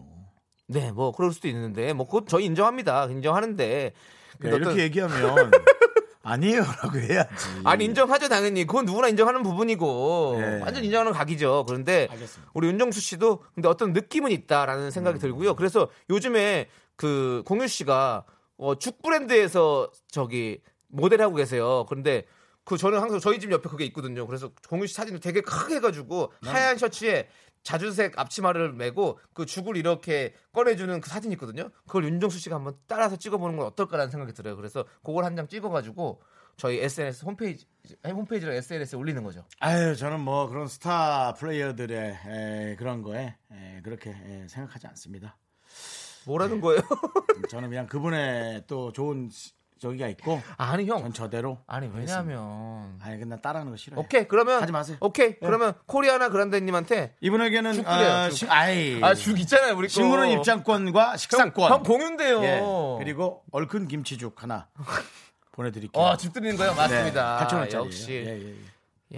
B: 네, 뭐 그럴 수도 있는데 뭐 그것 저희 인정합니다. 인정하는데
A: 야,
B: 근데
A: 네, 그러니까 이렇게
B: 어떤-
A: 얘기하면 아니에요라고 해야지.
B: 아니 인정하죠 당연히 그건 누구나 인정하는 부분이고
A: 네.
B: 예. 완전 인정하는 각이죠 그런데
A: 알겠습니다. 음.
B: 우리 윤정수 씨도 근데 어떤 느낌은 있다라는 생각이 들고요 그래서 요즘에 그 공유 씨가 어, 죽 브랜드에서 저기 모델하고 계세요 그런데 그 저는 항상 저희 집 옆에 그게 있거든요 그래서 공유 씨 사진을 되게 크게 해가지고
A: 네.
B: 하얀 셔츠에 자주색 앞치마를 메고 그 죽을 이렇게 꺼내주는 그 사진 이 있거든요. 그걸 윤정수 씨가 한번 따라서 찍어보는 건 어떨까라는 생각이 들어요. 그래서 그걸 한 장 찍어가지고 저희 SNS 홈페이지 아니, 홈페이지랑 SNS에 올리는 거죠.
A: 아유, 저는 뭐 그런 스타 플레이어들의 에, 그런 거에 에, 그렇게 에, 생각하지 않습니다.
B: 뭐라는 거예요?
A: 저는 그냥 그분의 또 좋은 시- 저기가 있고
B: 아니 형,
A: 전 저대로
B: 아니 왜냐하면 네.
A: 아니 근데 따라하는 거 싫어요.
B: 오케이 그러면
A: 하지 마세요.
B: 오케이 그러면 코리아나 그란데님한테 죽
A: 이분에게는
B: 그래요,
A: 아,
B: 죽.
A: 시, 아이
B: 아죽 있잖아요 우리 거.
A: 식물은 입장권과 식사권
B: 어. 형 공유인데요. 어.
A: 예, 그리고 얼큰 김치죽 하나 보내드릴게요.
B: 어집 드리는 거예요 맞습니다.
A: 8천 네, 원짜리
B: 역시
A: 예,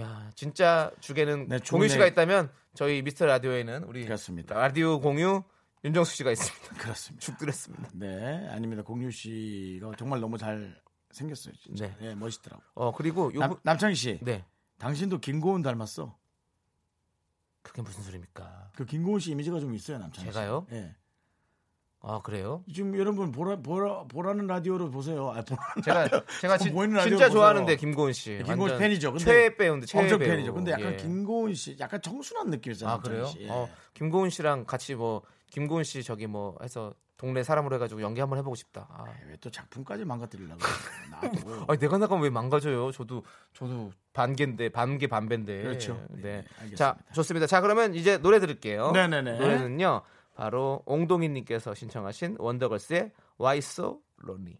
A: 예.
B: 야 진짜 죽에는
A: 네,
B: 공유
A: 좋은
B: 씨가
A: 얘기.
B: 있다면 저희 미스터 라디오에는 우리
A: 그렇습니다.
B: 라디오 공유 윤정수 씨가 있습니다.
A: 그렇습니다.
B: 죽드렸습니다.
A: 네, 아닙니다. 공유 씨가 정말 너무 잘 생겼어요. 진짜.
B: 네.
A: 예, 멋있더라고.
B: 어 그리고 요분
A: 남, 남창희 씨,
B: 네
A: 당신도 김고은 닮았어.
B: 그게 무슨 소리입니까?
A: 그 김고은 씨 이미지가 좀 있어요, 남창희 씨.
B: 제가요?
A: 예.
B: 아 그래요?
A: 지금 여러분 보라 보라 보라는 라디오로 보세요. 아, 보라는
B: 제가
A: 라디오.
B: 제가 진,
A: 보이는 어, 뭐 라디오
B: 진짜
A: 보세요.
B: 좋아하는데 김고은 씨.
A: 김고은
B: 네, 완전
A: 팬이죠. 근데
B: 최애 배우인데 최애
A: 엄청
B: 배우.
A: 팬이죠. 근데 약간
B: 예.
A: 김고은 씨, 약간 청순한 느낌이잖아요.
B: 아 그래요?
A: 남창희 씨. 예.
B: 어 김고은 씨랑 같이 뭐 김고은 씨 저기 뭐 해서 동네 사람으로 해가지고 연기 한번 해보고 싶다. 아.
A: 왜또 작품까지 망가뜨리려고? 그래. 나도.
B: 아니 내가 나가면 왜 망가져요? 저도 저도 반개인데 반개 반배인데.
A: 그렇죠.
B: 네.
A: 네, 알겠습니다.
B: 자 좋습니다. 자 그러면 이제 노래 들을게요.
A: 네네네.
B: 노래는요 바로 옹동이님께서 신청하신 원더걸스의 Why So Lonely.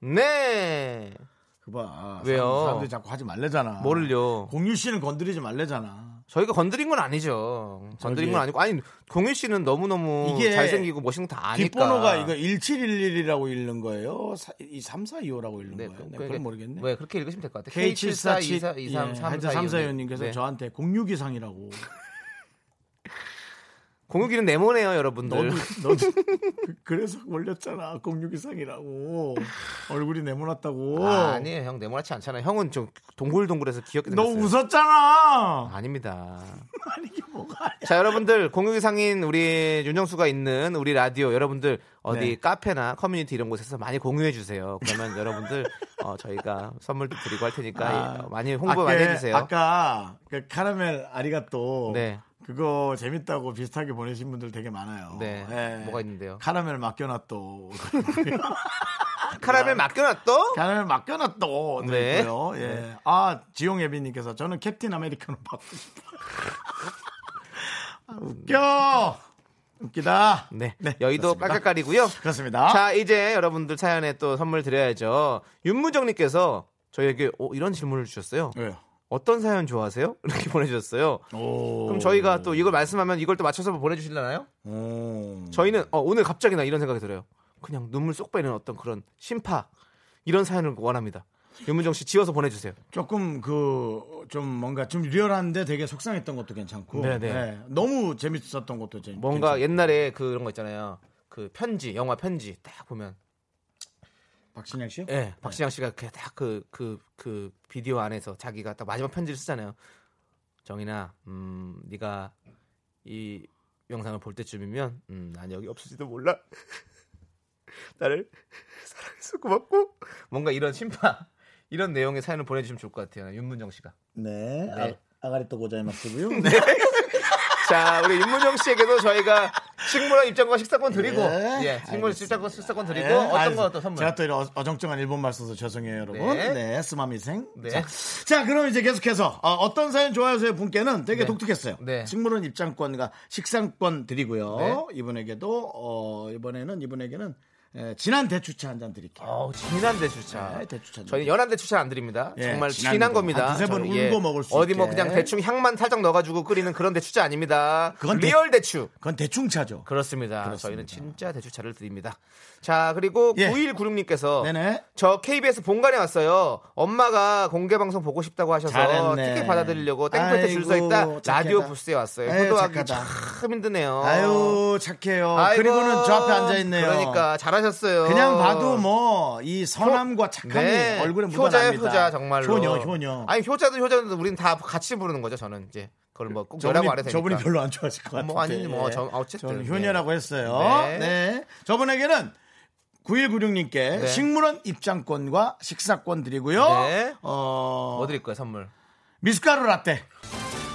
B: 네.
A: 그봐.
B: 왜요?
A: 사람들이 자꾸 하지 말래잖아.
B: 뭐를요?
A: 공유 씨는 건드리지 말래잖아.
B: 저희가 건드린 건 아니죠. 건드린
A: 저기-
B: 건 아니고 아니 공유 씨는 너무 너무
A: 예. 이게
B: 잘생기고 멋있는 거 다 아니까.
A: 뒷번호가 이거 1711이라고 읽는 거예요. 사, 이 3425라고 읽는 거예요. 네, 그걸 모르겠네.
B: 왜 그렇게 읽으시면 될 것 같아요.
A: k 예, 7 4 7
B: K7424
A: 3사위원님께서
B: 네.
A: 저한테 공유기상이라고
B: 공유기는 네모네요, 여러분들.
A: 너도 너도 그- 그래서 올렸잖아 공유기상이라고 얼굴이 네모났다고
B: 아, 니에요형 네모나지 않잖아요. 형은 좀 동글동글해서 귀엽게
A: 너
B: 생겼어요.
A: 웃었잖아
B: 아닙니다.
A: 아니 이게 뭐가 아니야
B: 자, 여러분들 공유기상인 우리 윤정수가 있는 우리 라디오 여러분들 어디
A: 네.
B: 카페나 커뮤니티 이런 곳에서 많이 공유해 주세요. 그러면 여러분들 어, 저희가 선물도 드리고 할 테니까 예, 많이 홍보
A: 아,
B: 많이
A: 아까- 그
B: 해주세요.
A: 아까 그 카라멜 아리가또
B: 네.
A: 그거 재밌다고 비슷하게 보내신 분들 되게 많아요
B: 네.
A: 예.
B: 뭐가 있는데요?
A: 카라멜 맡겨놨또
B: 카라멜 맡겨놨어?
A: 카라멜 맡겨놨또
B: 네.
A: 있고요. 예. 아 지용예빈님께서 저는 캡틴 아메리카노 받고 싶다 아, 웃겨 웃기다
B: 네. 여의도
A: 그렇습니다.
B: 깔깔깔이고요.
A: 그렇습니다
B: 자, 이제 여러분들 사연에 또 선물 드려야죠. 윤무정님께서 저희에게 어, 이런 질문을 주셨어요.
A: 왜요?
B: 어떤 사연 좋아하세요? 이렇게 보내주셨어요.
A: 오.
B: 그럼 저희가 또 이걸 말씀하면 이걸 또 맞춰서 보내주실려나요?
A: 오.
B: 저희는 어, 오늘 갑자기 나 이런 생각이 들어요. 그냥 눈물 쏙 빼는 어떤 그런 심파 이런 사연을 원합니다. 윤문정 씨 지어서 보내주세요.
A: 조금 그 좀 뭔가 좀 리얼한데 되게 속상했던 것도 괜찮고
B: 네네.
A: 예. 너무 재밌었던 것도 재밌
B: 뭔가 옛날에 그런 거 있잖아요. 그 편지 영화 편지 딱 보면
A: 박신양 씨요?
B: 예 박신양 씨가 딱그그그 그, 그 비디오 안에서 자기가 딱 마지막 편지를 쓰잖아요. 정인아, 음 네가 이 영상을 볼 때쯤이면 음, 난 여기 없을지도 몰라. 나를 사랑해서 고맙고 뭔가 이런 심파 이런 내용의 사연을 보내주시면 좋을 것 같아요. 윤문정 씨가.
A: 네.
B: 네.
A: 아, 아가리 또 고자이 마스고요.
B: 자, 우리 윤문정 씨에게도 저희가 식물원 입장권 식사권 드리고
A: 예,
B: 예, 식물원
A: 알겠습니다.
B: 입장권 식사권 드리고
A: 예,
B: 어떤
A: 아유,
B: 거 또 선물
A: 제가 또 이런 어- 어정쩡한 일본말 써서 죄송해요, 여러분.
B: 네.
A: 네, 스마미생.
B: 네.
A: 자, 자, 그럼 이제 계속해서 어, 떤 사연 좋아하세요 분께는 되게
B: 네.
A: 독특했어요.
B: 네.
A: 식물원 입장권과 식상권 드리고요.
B: 네.
A: 이분에게도 어, 이번에는 이분에게는 에, 진한 대추차 한 잔 드릴게요.
B: 어우, 진한 대추차.
A: 네, 대추차.
B: 저희 연한 대추차 안 드립니다.
A: 예,
B: 정말
A: 진한
B: 진한,
A: 거.
B: 겁니다.
A: 한 두세 번
B: 저는,
A: 울고 먹을 수
B: 어디 뭐
A: 있게.
B: 그냥 대충 향만 살짝 넣어가지고 끓이는 그런 대추차 아닙니다.
A: 그건 대-
B: 리얼 대추.
A: 그건 대충차죠.
B: 그렇습니다.
A: 그렇습니다.
B: 저희는 진짜 대추차를 드립니다. 자, 그리고
A: 예.
B: 9196님께서
A: 네네.
B: 저 KBS 본관에 왔어요. 엄마가 공개 방송 보고 싶다고 하셔서
A: 잘했네.
B: 티켓 받아드리려고 땡볕에 줄 서
A: 아이고,
B: 있다 라디오
A: 착하다.
B: 부스에 왔어요.
A: 아유,
B: 효도하기
A: 착하다.
B: 참 힘드네요.
A: 아유 착해요.
B: 어. 아이고,
A: 그리고는 저 앞에 앉아 있네요.
B: 그러니까 잘하셨어요.
A: 그냥 봐도 뭐 이 선함과 착함이
B: 네.
A: 얼굴에
B: 효자예요,
A: 묻어납니다.
B: 효자 정말로.
A: 효녀, 효녀.
B: 아니 효자도 효자도 우린 다 같이 부르는 거죠. 저는 이제 그걸 뭐 꼭
A: 저분이,
B: 뭐라고 안 해도 되니까.
A: 저분이 별로 안 좋아하실 것 같은데.
B: 뭐 아니, 뭐 저- 어쨌든,
A: 저는
B: 네.
A: 효녀라고 했어요.
B: 네.
A: 네. 저분에게는 9196님께 식물원 입장권과 식사권 드리고요.
B: 네.
A: 어,
B: 뭐 드릴 거예요 선물?
A: 미숫가루 라떼.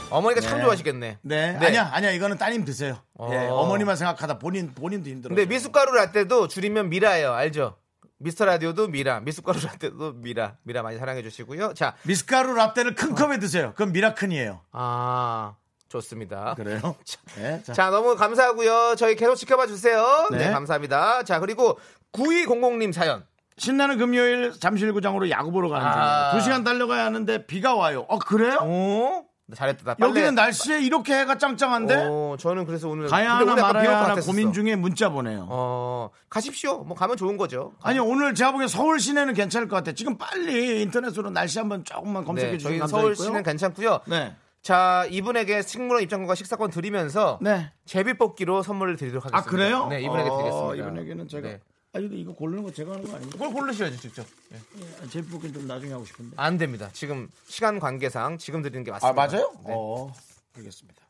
B: 어머니가 참 좋아하시겠네.
A: 네. 아니야, 아니야. 이거는 따님 드세요.
B: 어.
A: 어. 예. 어머니만 생각하다 본인 본인도 힘들어요.
B: 근데 미숫가루 라떼도 줄이면 미라예요. 알죠? 미스터 라디오도 미라, 미숫가루 라떼도 미라, 미라 많이 사랑해 주시고요. 자,
A: 미숫가루 라떼를
B: 어.
A: 큰 컵에 드세요. 그건 미라클이에요.
B: 아 좋습니다.
A: 그래요? 네, 자.
B: 자, 너무 감사하고요. 저희 계속 지켜봐 주세요. 네,
A: 네,
B: 감사합니다. 자, 그리고 9200님 사연.
A: 신나는 금요일 잠실구장으로 야구 보러 가는
B: 아.
A: 중이에요. 두 시간 달려가야 하는데 비가 와요. 어 그래요?
B: 오, 잘했다. 나 빨래-
A: 여기는 날씨에 이렇게 해가 짱짱한데
B: 어, 저는 그래서 오늘
A: 가야 하나
B: 근데 오늘 약간 비올 것
A: 말아야 하나
B: 같았었어.
A: 고민 중에 문자 보내요.
B: 어, 가십시오. 뭐 가면 좋은 거죠.
A: 아니 오늘 제가 보기엔 서울 시내는 괜찮을 것 같아. 요 지금 빨리 인터넷으로 날씨 한번 조금만 검색해
B: 네, 저희
A: 주시면
B: 서울시는 괜찮고요.
A: 네,
B: 자, 이분에게 식물원 입장권과 식사권 드리면서
A: 네.
B: 제비뽑기로 선물을 드리도록 하겠습니다.
A: 아 그래요?
B: 네, 이분에게
A: 어,
B: 드리겠습니다.
A: 이분에게는 제가
B: 네.
A: 아니 근데 이거 고르는 거 제가 하는 거 아닌가?
B: 그걸 고르셔야죠, 직접. 예.
A: 제 부분 좀 나중에 하고 싶은데.
B: 안 됩니다. 지금 시간 관계상 지금 드리는 게 맞습니다.
A: 아 맞아요?
B: 네.
A: 어, 알겠습니다.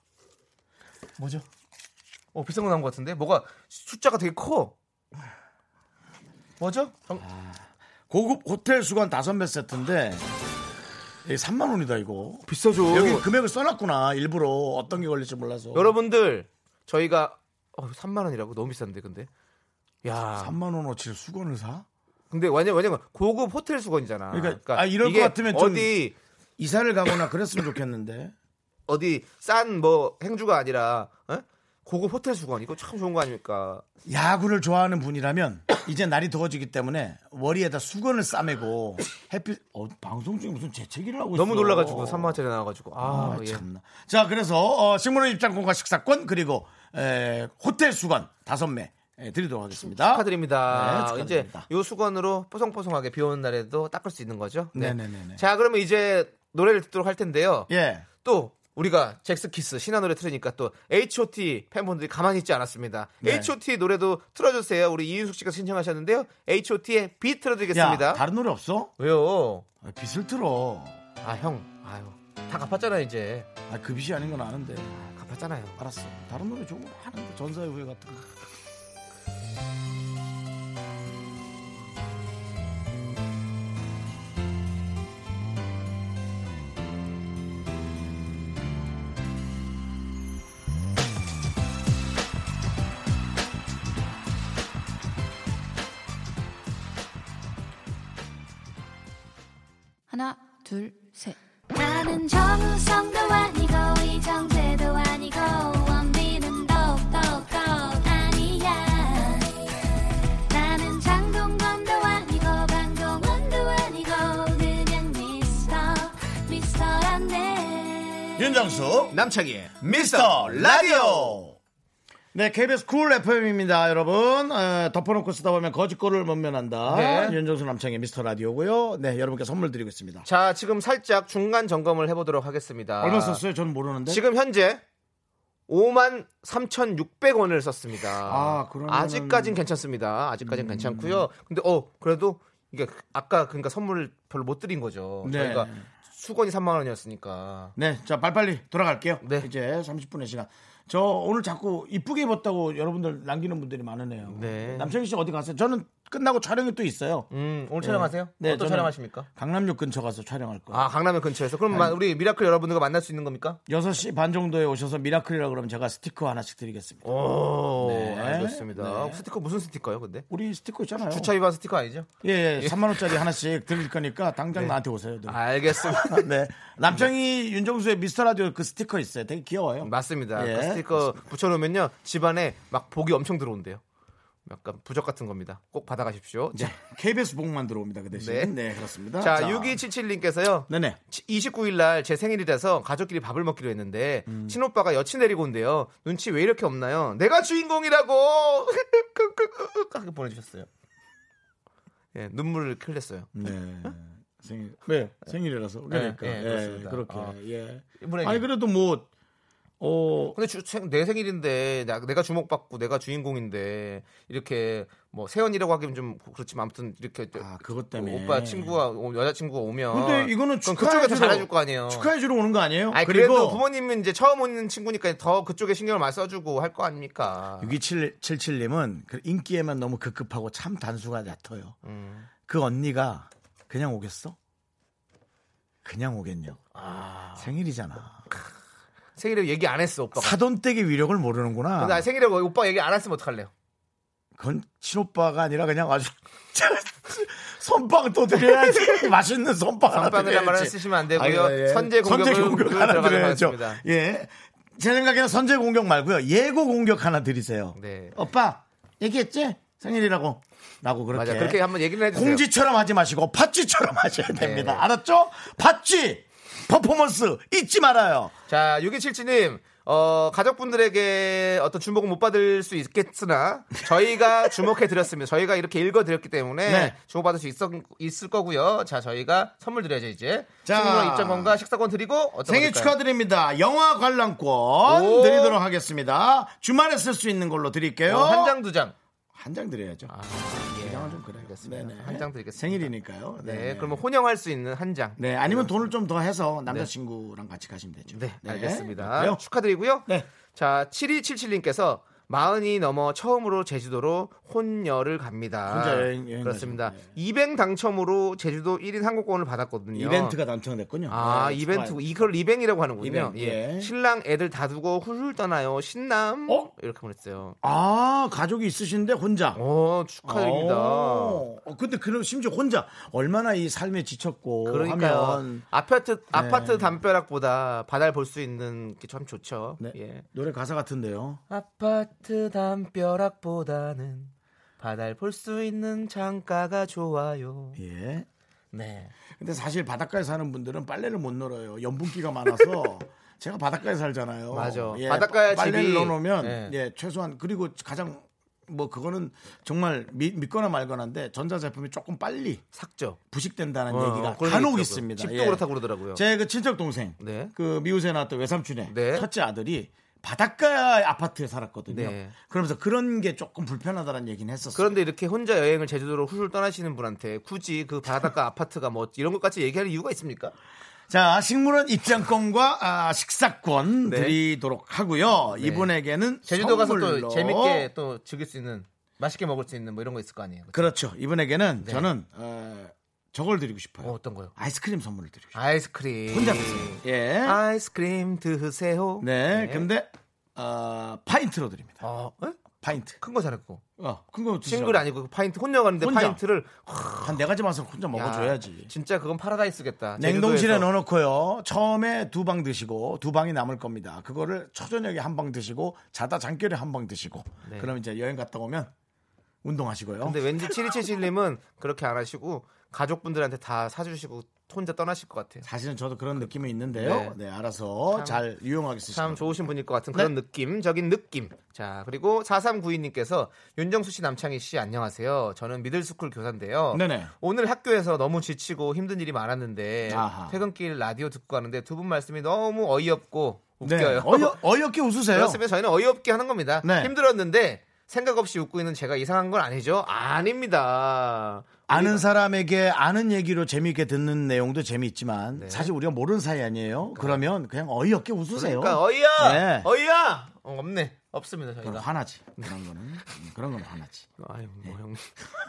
B: 뭐죠? 어, 비싼 거 나온 것 같은데? 뭐가 숫자가 되게 커. 뭐죠? 정-
A: 아, 고급 호텔 수건 다섯 몇 세트인데 이게 3만 원이다 이거.
B: 비싸죠.
A: 여기 금액을 써놨구나 일부러 어떤 게 걸릴지 몰라서.
B: 그- 여러분들 저희가 어, 3만 원이라고 너무 비싼데 근데 야
A: 3만 원어치 수건을 사?
B: 근데 왜냐 왜냐면 고급 호텔 수건이잖아.
A: 그러니까, 아, 이럴
B: 이게
A: 것 같으면 좀-
B: 어디
A: 이사를 가거나 그랬으면 좋겠는데.
B: 어디 싼 뭐 행주가 아니라 어? 고급 호텔 수건 이거 참 좋은 거 아닙니까?
A: 야구를 좋아하는 분이라면 이제 날이 더워지기 때문에 머리에다 수건을 싸매고 햇빛 어, 방송 중에 무슨 재채기를 하고 있어.
B: 너무 놀라가지고 3만 원짜리 나와가지고 아,
A: 아,
B: 예.
A: 참나. 자, 그래서 어, 식물원 입장권과 식사권 그리고 에, 호텔 수건 다섯 매 예, 드리도록 하겠습니다.
B: 축하드립니다.
A: 네,
B: 이제
A: 축하드립니다.
B: 요 수건으로 뽀송뽀송하게 비 오는 날에도 닦을 수 있는 거죠.
A: 네네네네.
B: 자 그러면 이제 노래를 듣도록 할 텐데요.
A: 예.
B: 또 우리가 잭스키스 신화 노래 틀으니까 또 H.O.T 팬분들이 가만히 있지 않았습니다.
A: 네.
B: H.O.T 노래도 틀어주세요. 우리 이윤숙 씨가 신청하셨는데요. H.O.T의 빛
A: 야,
B: 틀어드리겠습니다.
A: 다른 노래 없어?
B: 왜요?
A: 아, 빛을 틀어.
B: 아 형, 아유 다 갚았잖아 이제.
A: 아, 그 빛이 아닌 건 아는데.
B: 아, 갚았잖아요.
A: 알았어. 다른 노래 좋은 거 하는데 전사의 후회 같은 거.
F: 하나, 둘, 셋.
D: 나는 정우성도 아니고 이정재도 아니고 원빈은 더욱더 아니야 나는 장동건도 아니고 방종원도 아니고 그냥 미스터 미스터란데
A: 윤정수
B: 남창희의
A: 미스터 라디오 네 KBS 쿨 FM입니다 여러분 에, 덮어놓고 쓰다 보면 거짓골을 못 면한다
B: 네.
A: 윤정수 남창의 미스터 라디오고요 네 여러분께 선물 드리고 있습니다
B: 자 지금 살짝 중간 점검을 해보도록 하겠습니다.
A: 얼마 썼어요? 네? 저는 모르는데
B: 지금 현재 5만 3,600원을 썼습니다.
A: 아, 그러면은- 음.
B: 아직까진 괜찮습니다. 아직까진 괜찮고요. 근데 어 그래도 이게 아까 그러니까 선물을 별로 못 드린 거죠.
A: 네.
B: 저희가 수건이 3만 원이었으니까.
A: 네자 빨리빨리 돌아갈게요
B: 네.
A: 이제 30분의 시간 저 오늘 자꾸 이쁘게 입었다고 여러분들 남기는 분들이 많으네요
B: 네.
A: 남창희 씨 어디 가세요? 저는 끝나고 촬영이 또 있어요.
B: 음, 오늘 촬영하세요?
A: 네,
B: 어떤
A: 저는
B: 촬영하십니까?
A: 강남역 근처 가서 촬영할 거예요.
B: 아, 강남역 근처에서. 그럼 마- 우리 미라클 여러분들과 만날 수 있는 겁니까?
A: 6시 반 정도에 오셔서 미라클이라 그러면 제가 스티커 하나씩 드리겠습니다.
B: 오,
A: 네.
B: 알겠습니다.
A: 네.
B: 아, 스티커 무슨 스티커요, 근데?
A: 우리 스티커 있잖아요.
B: 주차 위반 어. 스티커 아니죠?
A: 예, 예. 3만 원짜리 하나씩 드릴 거니까 당장 나한테 오세요.
B: 아.
A: 네.
B: 알겠습니다.
A: 네. 남창희 윤정수의 미스터 라디오 그 스티커 있어요. 되게 귀여워요.
B: 맞습니다.
A: 예.
B: 그 스티커 붙여놓으면요 집안에 막 복이 엄청 들어온대요. 약간 부적 같은 겁니다. 꼭 받아가십시오.
A: 네. KBS 복만 들어옵니다. 그 대신.
B: 네.
A: 네, 그렇습니다.
B: 자, 6277님께서요.
A: 네네.
B: 29일 날 제 생일이라서 가족끼리 밥을 먹기로 했는데 친오빠가 여친 데리고 온대요. 눈치 왜 이렇게 없나요? 내가 주인공이라고 하게 보내주셨어요. 예, 눈물을 흘렸어요.
A: 네. 생일. 네. 생일이라서. 그러니까.
B: 예,
A: 예,
B: 그렇습니다.
A: 그렇게.
B: 어.
A: 예.
B: 이분에게.
A: 아니, 그래도 뭐, 어,
B: 근데 주- 생- 내 생일인데 나- 내가 주목받고 내가 주인공인데 이렇게 뭐 세연이라고 하기엔 좀 그렇지만 아무튼 이렇게
A: 아, 그것
B: 그
A: 때문에.
B: 오빠 친구가 오- 여자친구가 오면
A: 근데 이거는
B: 그럼
A: 축하해
B: 그쪽에 더
A: 주러-
B: 잘해줄 거 아니에요.
A: 축하해주러 오는 거 아니에요?
B: 아니, 그래도 부모님은 이제 처음 오는 친구니까 더 그쪽에 신경을 많이 써주고 할 거 아닙니까.
A: 6277님은 그 인기에만 너무 급급하고 참 단수가 얕아요.
B: 음.
A: 그 언니가 그냥 오겠어? 그냥 오겠냐? 생일이잖아.
B: 생일에 얘기 안 했어 오빠가.
A: 아. 사돈댁의 위력을 모르는구나.
B: 근데 생일에 오빠 얘기 안 했으면 어떡할래요?
A: 그건 친오빠가 아니라 그냥 아주 선빵 또 드려야지. 맛있는 선빵 하나
B: 선빵이란
A: 드려야지.
B: 말은 쓰시면 안 되고요.
A: 아,
B: 선제 공격을
A: 하나
B: 들어가도록
A: 드려야죠.
B: 하겠습니다.
A: 예. 제 생각에는 선제 공격 말고요. 예고 공격 하나 드리세요.
B: 네.
A: 오빠 얘기했지? 생일이라고. 라고 그렇게.
B: 맞아. 그렇게 한번 얘기를 해주세요. 네.
A: 공지처럼 하지 마시고 팥쥐처럼 하셔야 됩니다. 알았죠? 팥쥐 퍼포먼스 잊지 말아요.
B: 자, 6277님, 어, 가족분들에게 어떤 주목은 못 받을 수 있겠으나, 저희가 주목해드렸습니다. 저희가 이렇게 읽어드렸기 때문에,
A: 네.
B: 주목받을 수 있, 있을 거고요. 자, 저희가 선물 드려야죠, 이제.
A: 자.
B: 친구랑 입장권과 식사권 드리고, 어떤
A: 생일
B: 거 드릴까요?
A: 축하드립니다. 영화 관람권
B: 오.
A: 드리도록 하겠습니다. 주말에 쓸 수 있는 걸로 드릴게요.
B: 어, 한 장, 두 장.
A: 한 장 드려야죠. 두 장은 좀 그래요.
B: 알겠습니다.
A: 네네.
B: 한장 드리겠습니다.
A: 생일이니까요.
B: 네,
A: 네네.
B: 그러면 혼영할 수 있는 한 장.
A: 네, 아니면 돈을 좀 더 해서 남자친구랑 같이 가시면 되죠.
B: 네, 알겠습니다.
A: 그래요?
B: 축하드리고요.
A: 네.
B: 자, 7277님께서 마흔이 넘어 처음으로 제주도로 혼여를 갑니다.
A: 혼자 여행- 여행
B: 그렇습니다.
A: 가시죠. 네.
B: 200 당첨으로 제주도 1인 항공권을 받았거든요.
A: 이벤트가 당첨됐군요.
B: 아,
A: 네,
B: 이벤트
A: 축하해요.
B: 이걸 리뱅이라고 하는군요.
A: 리뱅,
B: 예.
A: 예.
B: 신랑 애들 다 두고 훌훌 떠나요. 신남.
A: 어?
B: 이렇게 보냈어요.
A: 아, 가족이 있으신데 혼자.
B: 오, 어, 축하드립니다.
A: 어, 근데 그럼 심지어 혼자 얼마나 이 삶에 지쳤고
B: 그러니까요.
A: 하면 네.
B: 아파트 아파트 담벼락보다 바다를 볼 수 있는 게 참 좋죠.
A: 네,
B: 예.
A: 노래 가사 같은데요.
B: 아파트 담벼락보다는 바다를 볼 수 있는 창가가 좋아요.
A: 예.
B: 네.
A: 근데 사실 바닷가에 사는 분들은 빨래를 못 널어요. 염분기가 많아서 제가 바닷가에 살잖아요.
B: 맞아.
A: 예,
B: 바닷가에
A: 빨래를
B: 집이-
A: 넣어놓으면
B: 예.
A: 예, 최소한 그리고 가장 뭐 그거는 정말 미- 믿거나 말거나인데 전자제품이 조금 빨리
B: 삭죠.
A: 부식된다는
B: 어,
A: 얘기가
B: 그런
A: 간혹
B: 얘기
A: 있습니다. 예.
B: 집도 그렇다고 그러더라고요.
A: 제 그 친척 동생,
B: 네.
A: 그 미우새 낳았던 외삼촌의
B: 네.
A: 첫째 아들이 바닷가 아파트에 살았거든요.
B: 네.
A: 그러면서 그런 게 조금 불편하다는 얘기는 했었어요.
B: 그런데 이렇게 혼자 여행을 제주도로 훌훌 떠나시는 분한테 굳이 그 바닷가 아파트가 뭐 이런 것까지 얘기할 이유가 있습니까?
A: 자, 식물원 입장권과 아, 식사권
B: 네.
A: 드리도록 하고요. 이분에게는
B: 제주도 가서 또
A: 선물로-
B: 재밌게 또 즐길 수 있는 맛있게 먹을 수 있는 뭐 이런 거 있을 거 아니에요. 그쵸?
A: 그렇죠. 이분에게는 저는 어, 저걸 드리고 싶어요.
B: 네. 어, 어떤 거요?
A: 아이스크림 선물을 드리고 싶어요.
B: 아이스크림. 네.
A: 혼자 드세요. 예.
B: 아이스크림 드세요.
A: 네, 근데 어, 파인트로 드립니다.
B: 어,
A: 파인트.
B: 큰거 잘했고.
A: 어, 큰거
B: 싱글 아니고 그 파인트 혼자 가는데
A: 혼자.
B: 파인트를
A: 한 네 가지 맛을 혼자
B: 야,
A: 먹어줘야지.
B: 진짜 그건 파라다이스겠다.
A: 냉동실에
B: 아, 제주도에서.
A: 넣어놓고요. 처음에 두 방 드시고 두 방이 남을 겁니다. 그거를 초저녁에 한 방 드시고 자다 잠결에 한 방 드시고.
B: 네.
A: 그럼 이제 여행 갔다 오면 운동하시고요.
B: 근데 왠지 7277님은 그렇게 안 하시고 가족분들한테 다 사주시고 혼자 떠나실 것 같아요.
A: 사실은 저도 그런 느낌이 있는데요. 네, 알아서
B: 참-
A: 잘 유용하게 쓰시고.
B: 참 좋으신 분일 것 같은
A: 네.
B: 그런 느낌적인 느낌. 자, 그리고 4392님께서 윤정수 씨, 남창희 씨, 안녕하세요. 저는 미들스쿨 교사인데요.
A: 네네.
B: 오늘 학교에서 너무 지치고 힘든 일이 많았는데
A: 아하.
B: 퇴근길 라디오 듣고 가는데 두 분 말씀이 너무 어이없고
A: 네,
B: 웃겨요.
A: 어여, 어이없게 웃으세요.
B: 그렇습니다. 저희는 어이없게 하는 겁니다.
A: 그렇죠. 네.
B: 힘들었는데 생각 없이 웃고 있는 제가 이상한 건 아니죠? 아닙니다.
A: 아는 사람에게 아는 얘기로 재미있게 듣는 내용도
B: 네.
A: 재미있지만 사실 우리가 모르는 사이 아니에요. 그러면 그냥 어이없게 웃으세요.
B: 그러니까 어이야,
A: 네.
B: 어이야, 어, 없네. 없습니다,
A: 그건
B: 저희가.
A: 화나지. 그런 거는 음, 그런 건 화나지.
B: 아유, 뭐
A: 네.
B: 형님.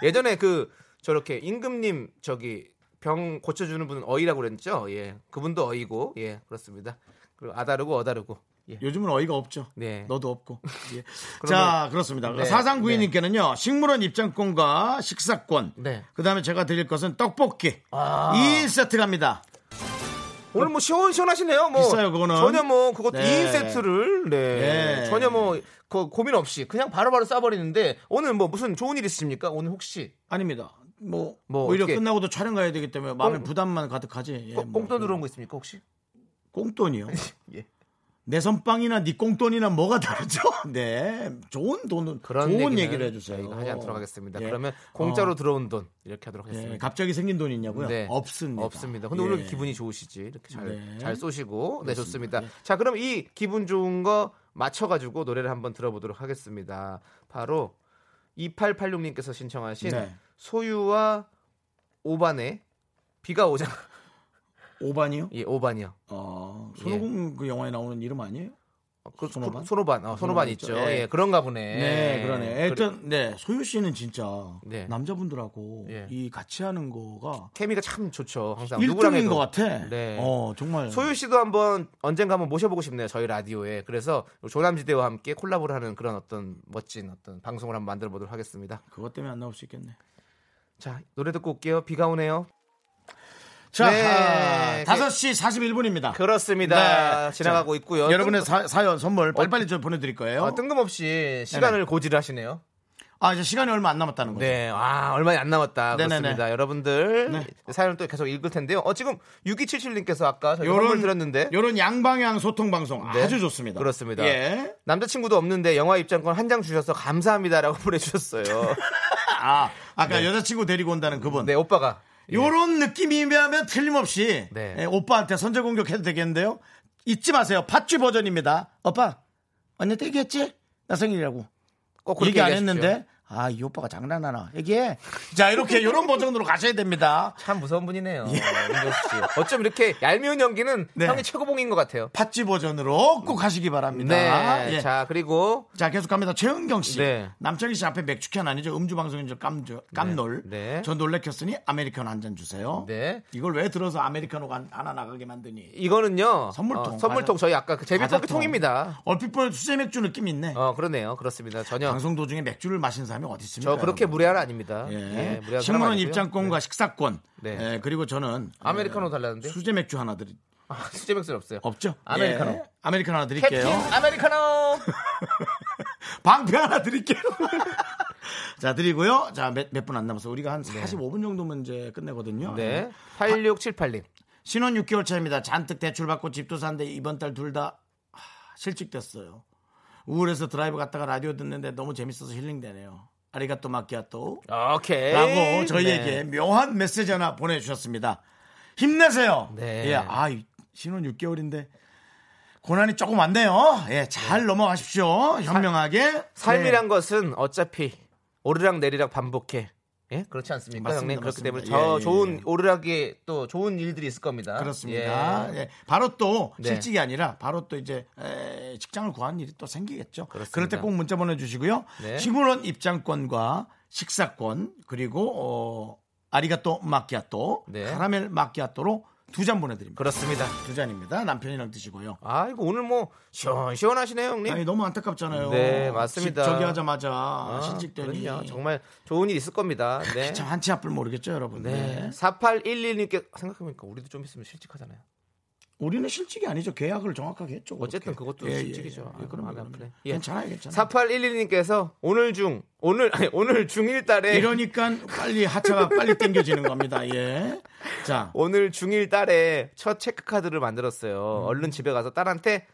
B: 예전에 그 저렇게 임금님 저기 병 고쳐주는 분은 어이라고 그랬죠. 예, 그분도 어이고 예 그렇습니다. 그리고 아다르고 어다르고 예.
A: 요즘은 어이가 없죠.
B: 네.
A: 너도 없고. 예.
B: 그러면-
A: 자, 그렇습니다.
B: 네.
A: 사상구이님께는요, 식물원 입장권과 식사권.
B: 네.
A: 그 다음에 제가 드릴 것은 떡볶이.
B: 아.
A: 이 2세트 갑니다.
B: 오늘 뭐 시원시원하시네요. 뭐
A: 비싸요, 그거는.
B: 전혀 뭐 그것도
A: 네.
B: 2인 세트를 네.
A: 네.
B: 전혀 뭐 그 고민 없이 그냥 바로바로 싸버리는데 오늘 뭐 무슨 좋은 일 있습니까? 오늘 혹시
A: 아닙니다. 뭐,
B: 뭐
A: 오히려
B: 어떻게-
A: 끝나고도 촬영 가야 되기 때문에 마음에
B: 꽁-
A: 부담만 가득하지. 예,
B: 꽁-
A: 뭐.
B: 꽁돈 들어온 거 있습니까? 혹시?
A: 꽁돈이요.
B: 예.
A: 내 선빵이나 네 꽁돈이나 뭐가 다르죠? 네. 좋은 돈은
B: 그런
A: 좋은
B: 얘기는
A: 얘기를 해주세요.
B: 저희가 하지 않도록 하겠습니다.
A: 예.
B: 그러면 공짜로
A: 어,
B: 들어온 돈 이렇게 하도록 하겠습니다. 네.
A: 예, 갑자기 생긴 돈이냐고요? 없습니다.
B: 없습니다. 근데
A: 예.
B: 오늘 기분이 좋으시지. 이렇게 잘,
A: 네.
B: 잘 쏘시고. 네, 좋습니다. 자, 그럼 이 기분 좋은 거 맞춰가지고 노래를 한번 들어보도록 하겠습니다. 바로 2886님께서 신청하신
A: 네.
B: 소유와 오반의 비가 오잖아.
A: 오반이요?
B: 예, 오반이요.
A: 어,
B: 예.
A: 손오공 그 영화에 나오는 이름 아니에요?
B: 어, 그,
A: 손오반?
B: 손오반? 손오반, 어, 손오반 있죠.
A: 예.
B: 예, 그런가 보네.
A: 네, 그러네.
B: 그리-
A: 일단 네 소유 씨는 진짜
B: 네.
A: 남자분들하고
B: 예.
A: 이 같이 하는 거가
B: 케미가 참 좋죠. 항상.
A: 일등
B: 누구랑
A: 인
B: 해도.
A: 것 같아.
B: 네.
A: 어 정말
B: 소유 씨도 한번 언젠가 한번 모셔보고 싶네요. 저희 라디오에. 그래서 조남지대와 함께 콜라보를 하는 그런 어떤 멋진 어떤 방송을 한번 만들어 보도록 하겠습니다.
A: 그것 때문에 안 나올 수 있겠네.
B: 자, 노래 듣고 올게요. 비가 오네요.
A: 자
B: 네.
A: 아, 5시 41분입니다.
B: 그렇습니다.
A: 아, 네.
B: 지나가고 있고요.
A: 여러분의 사, 연 선물 빨리빨리 좀 보내드릴 거예요.
B: 뜬금, 어, 뜬금없이 시간을 고지를 하시네요.
A: 아 이제 시간이 얼마 안 남았다는 거죠.
B: 네, 아, 얼마 안 남았다.
A: 네네네.
B: 그렇습니다. 여러분들
A: 네.
B: 사연을 또 계속 읽을 텐데요. 어, 지금 6277님께서 아까 저희 선물 들었는데
A: 요런 양방향 소통 방송
B: 네.
A: 아주 좋습니다.
B: 그렇습니다.
A: 예.
B: 남자친구도 없는데 영화 입장권 한 장 주셔서 감사합니다라고 보내주셨어요.
A: 아 아까 여자친구 데리고 온다는 그분.
B: 네, 오빠가
A: 예. 요런 느낌이면 틀림없이
B: 네.
A: 예, 오빠한테 선제 공격해도 되겠는데요. 잊지 마세요. 팥쥐 버전입니다. 오빠, 언니 때기했지? 나 생일이라고.
B: 꼭 그렇게
A: 얘기 안
B: 얘기하십시오.
A: 했는데. 아, 이 오빠가 장난하나. 얘기해. 자, 이렇게 요런 버전으로 가셔야 됩니다.
B: 참 무서운 분이네요. 윤정수 씨. 어쩜 이렇게 얄미운 연기는
A: 예. 네.
B: 형이 최고봉인 것 같아요.
A: 팥쥐 버전으로 꼭 하시기 바랍니다.
B: 네.
A: 예. 자.
B: 자, 그리고
A: 계속합니다. 최은경 씨,
B: 네.
A: 남창희 씨 앞에 맥주캔 아니죠? 음주 방송인 줄 깜조, 깜놀.
B: 네. 네.
A: 전 놀래켰으니 아메리카노 한 잔 주세요.
B: 네.
A: 이걸 왜 들어서 아메리카노가 하나 나가게 만드니?
B: 이거는요.
A: 선물통.
B: 어, 선물통
A: 과자-
B: 저희 아까 그 제비뽑기
A: 과자통.
B: 통입니다.
A: 얼핏 보면 수제 맥주 느낌 이 있네.
B: 어, 그러네요. 그렇습니다. 전혀
A: 방송 도중에 맥주를 마신 사람이 어디 있습니까?
B: 저 그렇게
A: 여러분?
B: 무례한 아닙니다. 예,
A: 네. 예.
B: 무례한 사람
A: 식물원
B: 아니고요.
A: 입장권과 식사권.
B: 네.
A: 예, 그리고 저는
B: 아메리카노
A: 예,
B: 달라는데요?
A: 수제 맥주 하나 드릴
B: 아, 수제 백수 없어요.
A: 없죠?
B: 아메리카노.
A: 예, 아메리카노 하나
B: 캡틴
A: 드릴게요.
B: 아메리카노.
A: 방패 하나 드릴게요. 자 드리고요. 자 몇 분 안 남았어. 우리가 한 45분 정도면 이제 끝내거든요.
B: 네.
A: 예.
B: 8678님.
A: 신혼 6개월 차입니다. 잔뜩 대출 받고 집도 샀는데 이번 달 둘 다 실직됐어요. 우울해서 드라이브 갔다가 라디오 듣는데 너무 재밌어서 힐링되네요. 아리가또 마키아또.
B: 오케이.
A: 라고
B: 네.
A: 저희에게 묘한 메시지 하나 보내주셨습니다. 힘내세요.
B: 네.
A: 예, 아, 이 신혼 6개월인데 고난이 조금 왔네요. 예, 잘 넘어가십시오. 현명하게. 네,
B: 삶이란 것은 어차피 오르락 내리락 반복해. 예? 그렇지 않습니까,
A: 맞습니다,
B: 형님? 그렇기 때문에
A: 맞습니다.
B: 저
A: 예, 예,
B: 좋은
A: 예.
B: 오르락에 또 좋은 일들이 있을 겁니다.
A: 네, 그렇습니다. 예, 바로 또
B: 네.
A: 실직이 아니라 바로 또 이제 에, 직장을 구하는 일이 또 생기겠죠.
B: 그렇습니다.
A: 럴 때 꼭 문자 보내주시고요.
B: 네.
A: 식물원 입장권과 식사권 그리고 어, 아리가또 마키아또
B: 네.
A: 카라멜 마키아또로 두 잔 보내드립니다.
B: 그렇습니다.
A: 두 잔입니다. 남편이랑 드시고요.
B: 아, 이거 오늘 뭐 시원시원하시네요, 형님.
A: 아니 너무 안타깝잖아요.
B: 네, 맞습니다.
A: 집 저기 하자마자
B: 아,
A: 신직되니
B: 그럼요. 정말 좋은 일 있을 겁니다. 네.
A: 참 한치 앞을 모르겠죠, 여러분.
B: 네.
A: 네.
B: 4811님께 생각해보니까 우리도 좀 있으면 실직하잖아요.
A: 우리는 실직이 아니죠. 계약을 정확하게 했죠.
B: 어쨌든
A: 그렇게.
B: 그것도 실직이죠.
A: 예,
B: 아,
A: 그럼
B: 마음이
A: 그럼.
B: 아프네. 예.
A: 괜찮아요, 괜찮아요.
B: 4811님께서 오늘 중 오늘 아니 오늘 중1 달에
A: 이러니까 빨리 하차가 빨리 땡겨지는 겁니다. 예. 자,
B: 오늘 중1 딸의 첫 체크카드를 만들었어요. 얼른 집에 가서 딸한테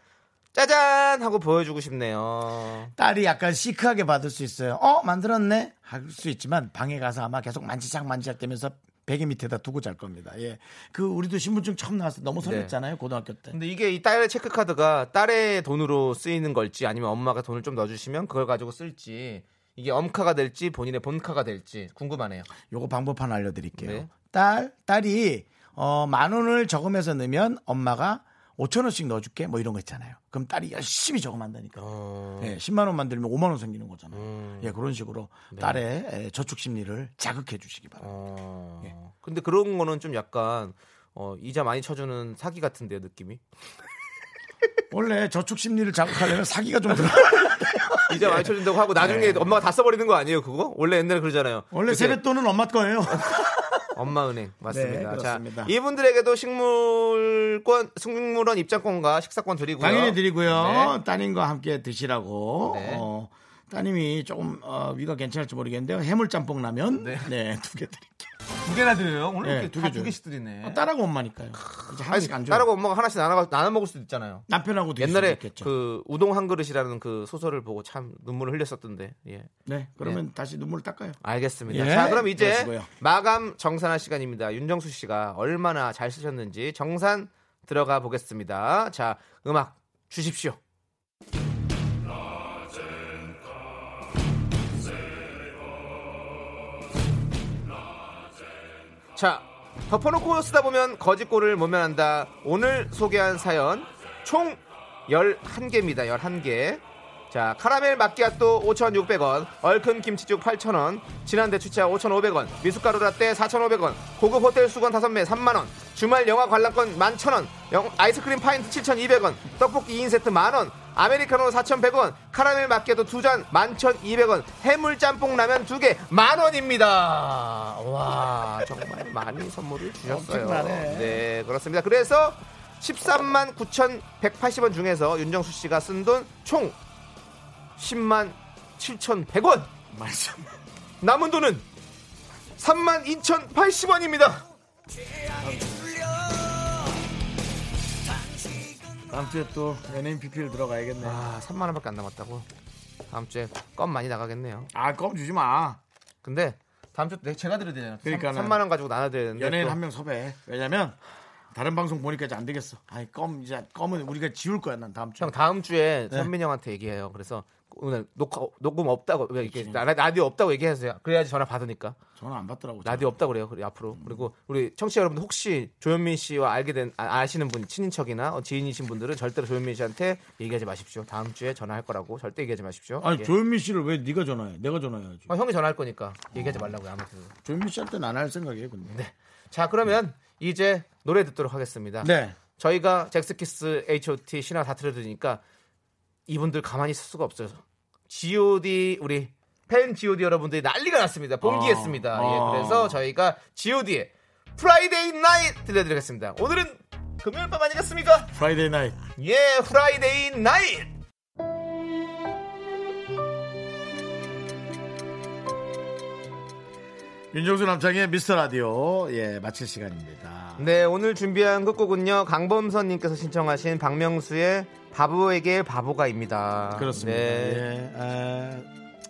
B: 짜잔 하고 보여주고 싶네요.
A: 딸이 약간 시크하게 받을 수 있어요. 어, 만들었네. 할 수 있지만 방에 가서 아마 계속 만지작 만지작 되면서 베개 밑에다 두고 잘 겁니다. 예. 그 우리도 신분증 처음 나왔을 때 너무
B: 네.
A: 설렜잖아요, 고등학교 때.
B: 근데 이게 이 딸의 체크카드가 딸의 돈으로 쓰이는 걸지 아니면 엄마가 돈을 좀 넣어주시면 그걸 가지고 쓸지 이게 엄카가 될지 본인의 본카가 될지 궁금하네요.
A: 요거 방법 하나 알려드릴게요.
B: 네.
A: 딸, 딸이 어, 만 원을 저금해서 넣으면 엄마가 5천 원씩 넣어줄게 뭐 이런 거 있잖아요. 그럼 딸이 열심히 저거 만다니까.
B: 어.
A: 예, 10만 원 만들면 5만 원 생기는 거잖아요.
B: 음.
A: 예, 그런 식으로 딸의 예, 저축 심리를 자극해 주시기 바랍니다.
B: 어.
A: 예.
B: 근데 그런 거는 좀 약간 어, 이자 많이 쳐주는 사기 같은데 요 느낌이
A: 원래 저축 심리를 자극하려면 사기가 좀 들어.
B: 이자 많이 쳐준다고 하고 나중에 엄마가 다 써버리는 거 아니에요 그거 원래 옛날에 그러잖아요
A: 네. 원래
B: 이렇게
A: 세뱃돈은 엄마 거예요.
B: 엄마 은행 맞습니다
A: 네, 그렇습니다.
B: 자 이분들에게도 식물권 식물원 입장권과 식사권 드리고요
A: 당연히 드리고요. 따님과 함께 드시라고.
B: 네.
A: 어, 따님이 조금 어, 위가 괜찮을지 모르겠는데요. 해물짬뽕 라면 네 두 개 드릴게요.
B: 두 개나 드려요 오늘
A: 네,
B: 이렇게
A: 두
B: 두
A: 개 줘요.
B: 개씩 드리네
A: 어, 딸하고 엄마니까요. 이제 하나씩 안 줘요.
B: 딸하고 엄마가 하나씩 나눠, 나눠 먹을 수도 있잖아요
A: 남편하고 드실 수도
B: 옛날에
A: 있겠죠.
B: 그 우동 한 그릇이라는 그 소설을 보고 참 눈물을 흘렸었던데 예
A: 네, 그러면 다시 눈물 닦아요.
B: 알겠습니다.
A: 예,
B: 자, 그럼 이제
A: 그러시고요.
B: 마감 정산할 시간입니다. 윤정수 씨가 얼마나 잘 쓰셨는지 정산 들어가 보겠습니다. 자, 음악 주십시오. 자, 덮어놓고 쓰다 보면 거짓골을 모면한다. 오늘 소개한 사연 총 11개입니다. 11개. 자, 카라멜 마끼아또 5,600원, 얼큰 김치죽 8,000원, 진한대 추차 5,500원, 미숫가루 라떼 4,500원, 고급 호텔 수건 5매 3만원, 주말 영화 관람권 11,000원, 영- 아이스크림 파인트 7,200원, 떡볶이 2인 세트 만원, 아메리카노 4,100원, 카라멜 마끼아또 2잔 11,200원, 해물 짬뽕 라면 2개 만원입니다. 와, 정말 많이 선물을 주셨어요.
A: 엄청나네.
B: 네, 그렇습니다. 그래서 13만 9,180원 중에서 윤정수 씨가 쓴 돈 총 10만 7,100원.
A: 말씀.
B: 남은 돈은 3만 2,080원입니다.
A: 다음 주에 또 연예인 PPL 들어가야겠네. 아,
B: 아, 3만 원밖에 안 남았다고. 다음 주에 껌 많이 나가겠네요.
A: 껌 주지 마.
B: 근데 다음 주 내가 제가 드려야 되잖아요.
A: 네, 그러니까는
B: 3, 만원 가지고 나눠야 되는데.
A: 연예인
B: 또
A: 한 명 섭외. 왜냐면 다른 방송 보니까 이제 안 되겠어. 아이 껌 이제 껌은 우리가 지울 거야 난 다음 주에.
B: 형 다음 주에
A: 네.
B: 선민 형한테 얘기해요. 그래서 오늘 녹화 녹음 없다고 왜 이렇게 라- 라디오 없다고 얘기하세요. 그래야지 전화 받으니까.
A: 전화 안 받더라고.
B: 뭐 라디오 없다 그래요. 그리 앞으로 그리고 우리 청취자 여러분들 혹시 조현민 씨와 알게 된 아, 아시는 분 친인척이나 어, 지인이신 분들은 절대로 조현민 씨한테 얘기하지 마십시오. 다음 주에 전화할 거라고 절대 얘기하지 마십시오.
A: 아니
B: 예.
A: 조현민 씨를 왜 네가 전화해? 내가 전화해야지.
B: 어, 형이 전화할 거니까 얘기하지 말라고요. 아무튼
A: 조현민 씨한테는 안 할 생각이에요, 근데. 네.
B: 자 그러면 이제 노래 듣도록 하겠습니다.
A: 네.
B: 저희가 잭스키스 H.O.T. 신화 다 틀어드리니까 이분들 가만히 있을 수가 없어요. G.O.D. 우리 팬 G.O.D. 여러분들이 난리가 났습니다. 봉기했습니다.
A: 아.
B: 예, 그래서 저희가 G.O.D.의 프라이데이 나잇 들려드리겠습니다. 오늘은 금요일 밤 아니겠습니까?
A: 프라이데이 나잇.
B: 예, 프라이데이 나잇.
A: 윤정수 남창의 미스터 라디오 예 마칠 시간입니다.
B: 네, 오늘 준비한 끝곡은요. 강범선님께서 신청하신 박명수의 바보에게 바보가입니다.
A: 그렇습니다.
B: 네,
A: 예, 아,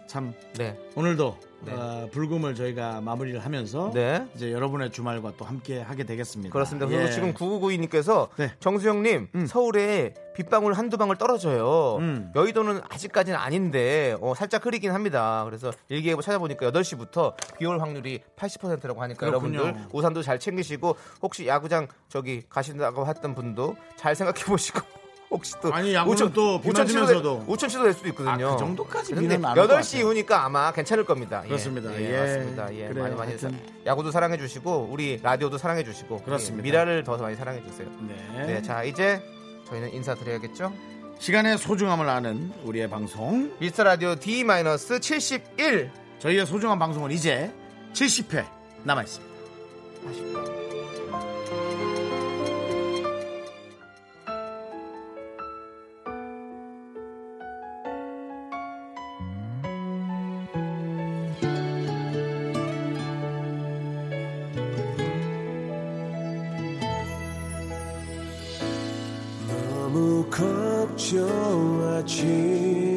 A: 참
B: 네,
A: 오늘도 어, 불금을 저희가 마무리를 하면서
B: 네.
A: 이제 여러분의 주말과 또 함께 하게 되겠습니다.
B: 그렇습니다. 그래서
A: 예.
B: 지금 9992님께서
A: 네.
B: 정수영님 서울에 빗방울 한두 방울 떨어져요.
A: 음.
B: 여의도는 아직까지는 아닌데 어, 살짝 흐리긴 합니다. 그래서 일기예보 찾아보니까 8시부터 비 올 확률이 80%라고 하니까
A: 그렇군요.
B: 여러분들 우산도 잘 챙기시고 혹시 야구장 저기 가신다고 했던 분도 잘 생각해 보시고 혹시 또
A: 아니, 야구는 또비 맞으면서도.
B: 우천 치도 될 수도 있거든요.
A: 아, 그 정도까지
B: 근데
A: 비는 안올것
B: 8시
A: 같아요.
B: 이후니까 아마 괜찮을 겁니다. 예.
A: 그렇습니다.
B: 예,
A: 예.
B: 맞습니다. 예,
A: 그래요.
B: 많이 많이 해서
A: 하여튼
B: 야구도 사랑해 주시고 우리 라디오도 사랑해 주시고
A: 그렇습니다.
B: 예, 미라를 더 많이 사랑해 주세요.
A: 네.
B: 네. 자 이제 저희는 인사드려야겠죠.
A: 시간의 소중함을 아는 우리의 방송
B: 미스터 라디오 D-71
A: 저희의 소중한 방송은 이제 70회 남아 있습니다.
B: 아쉽다.
F: 너무 걱정하지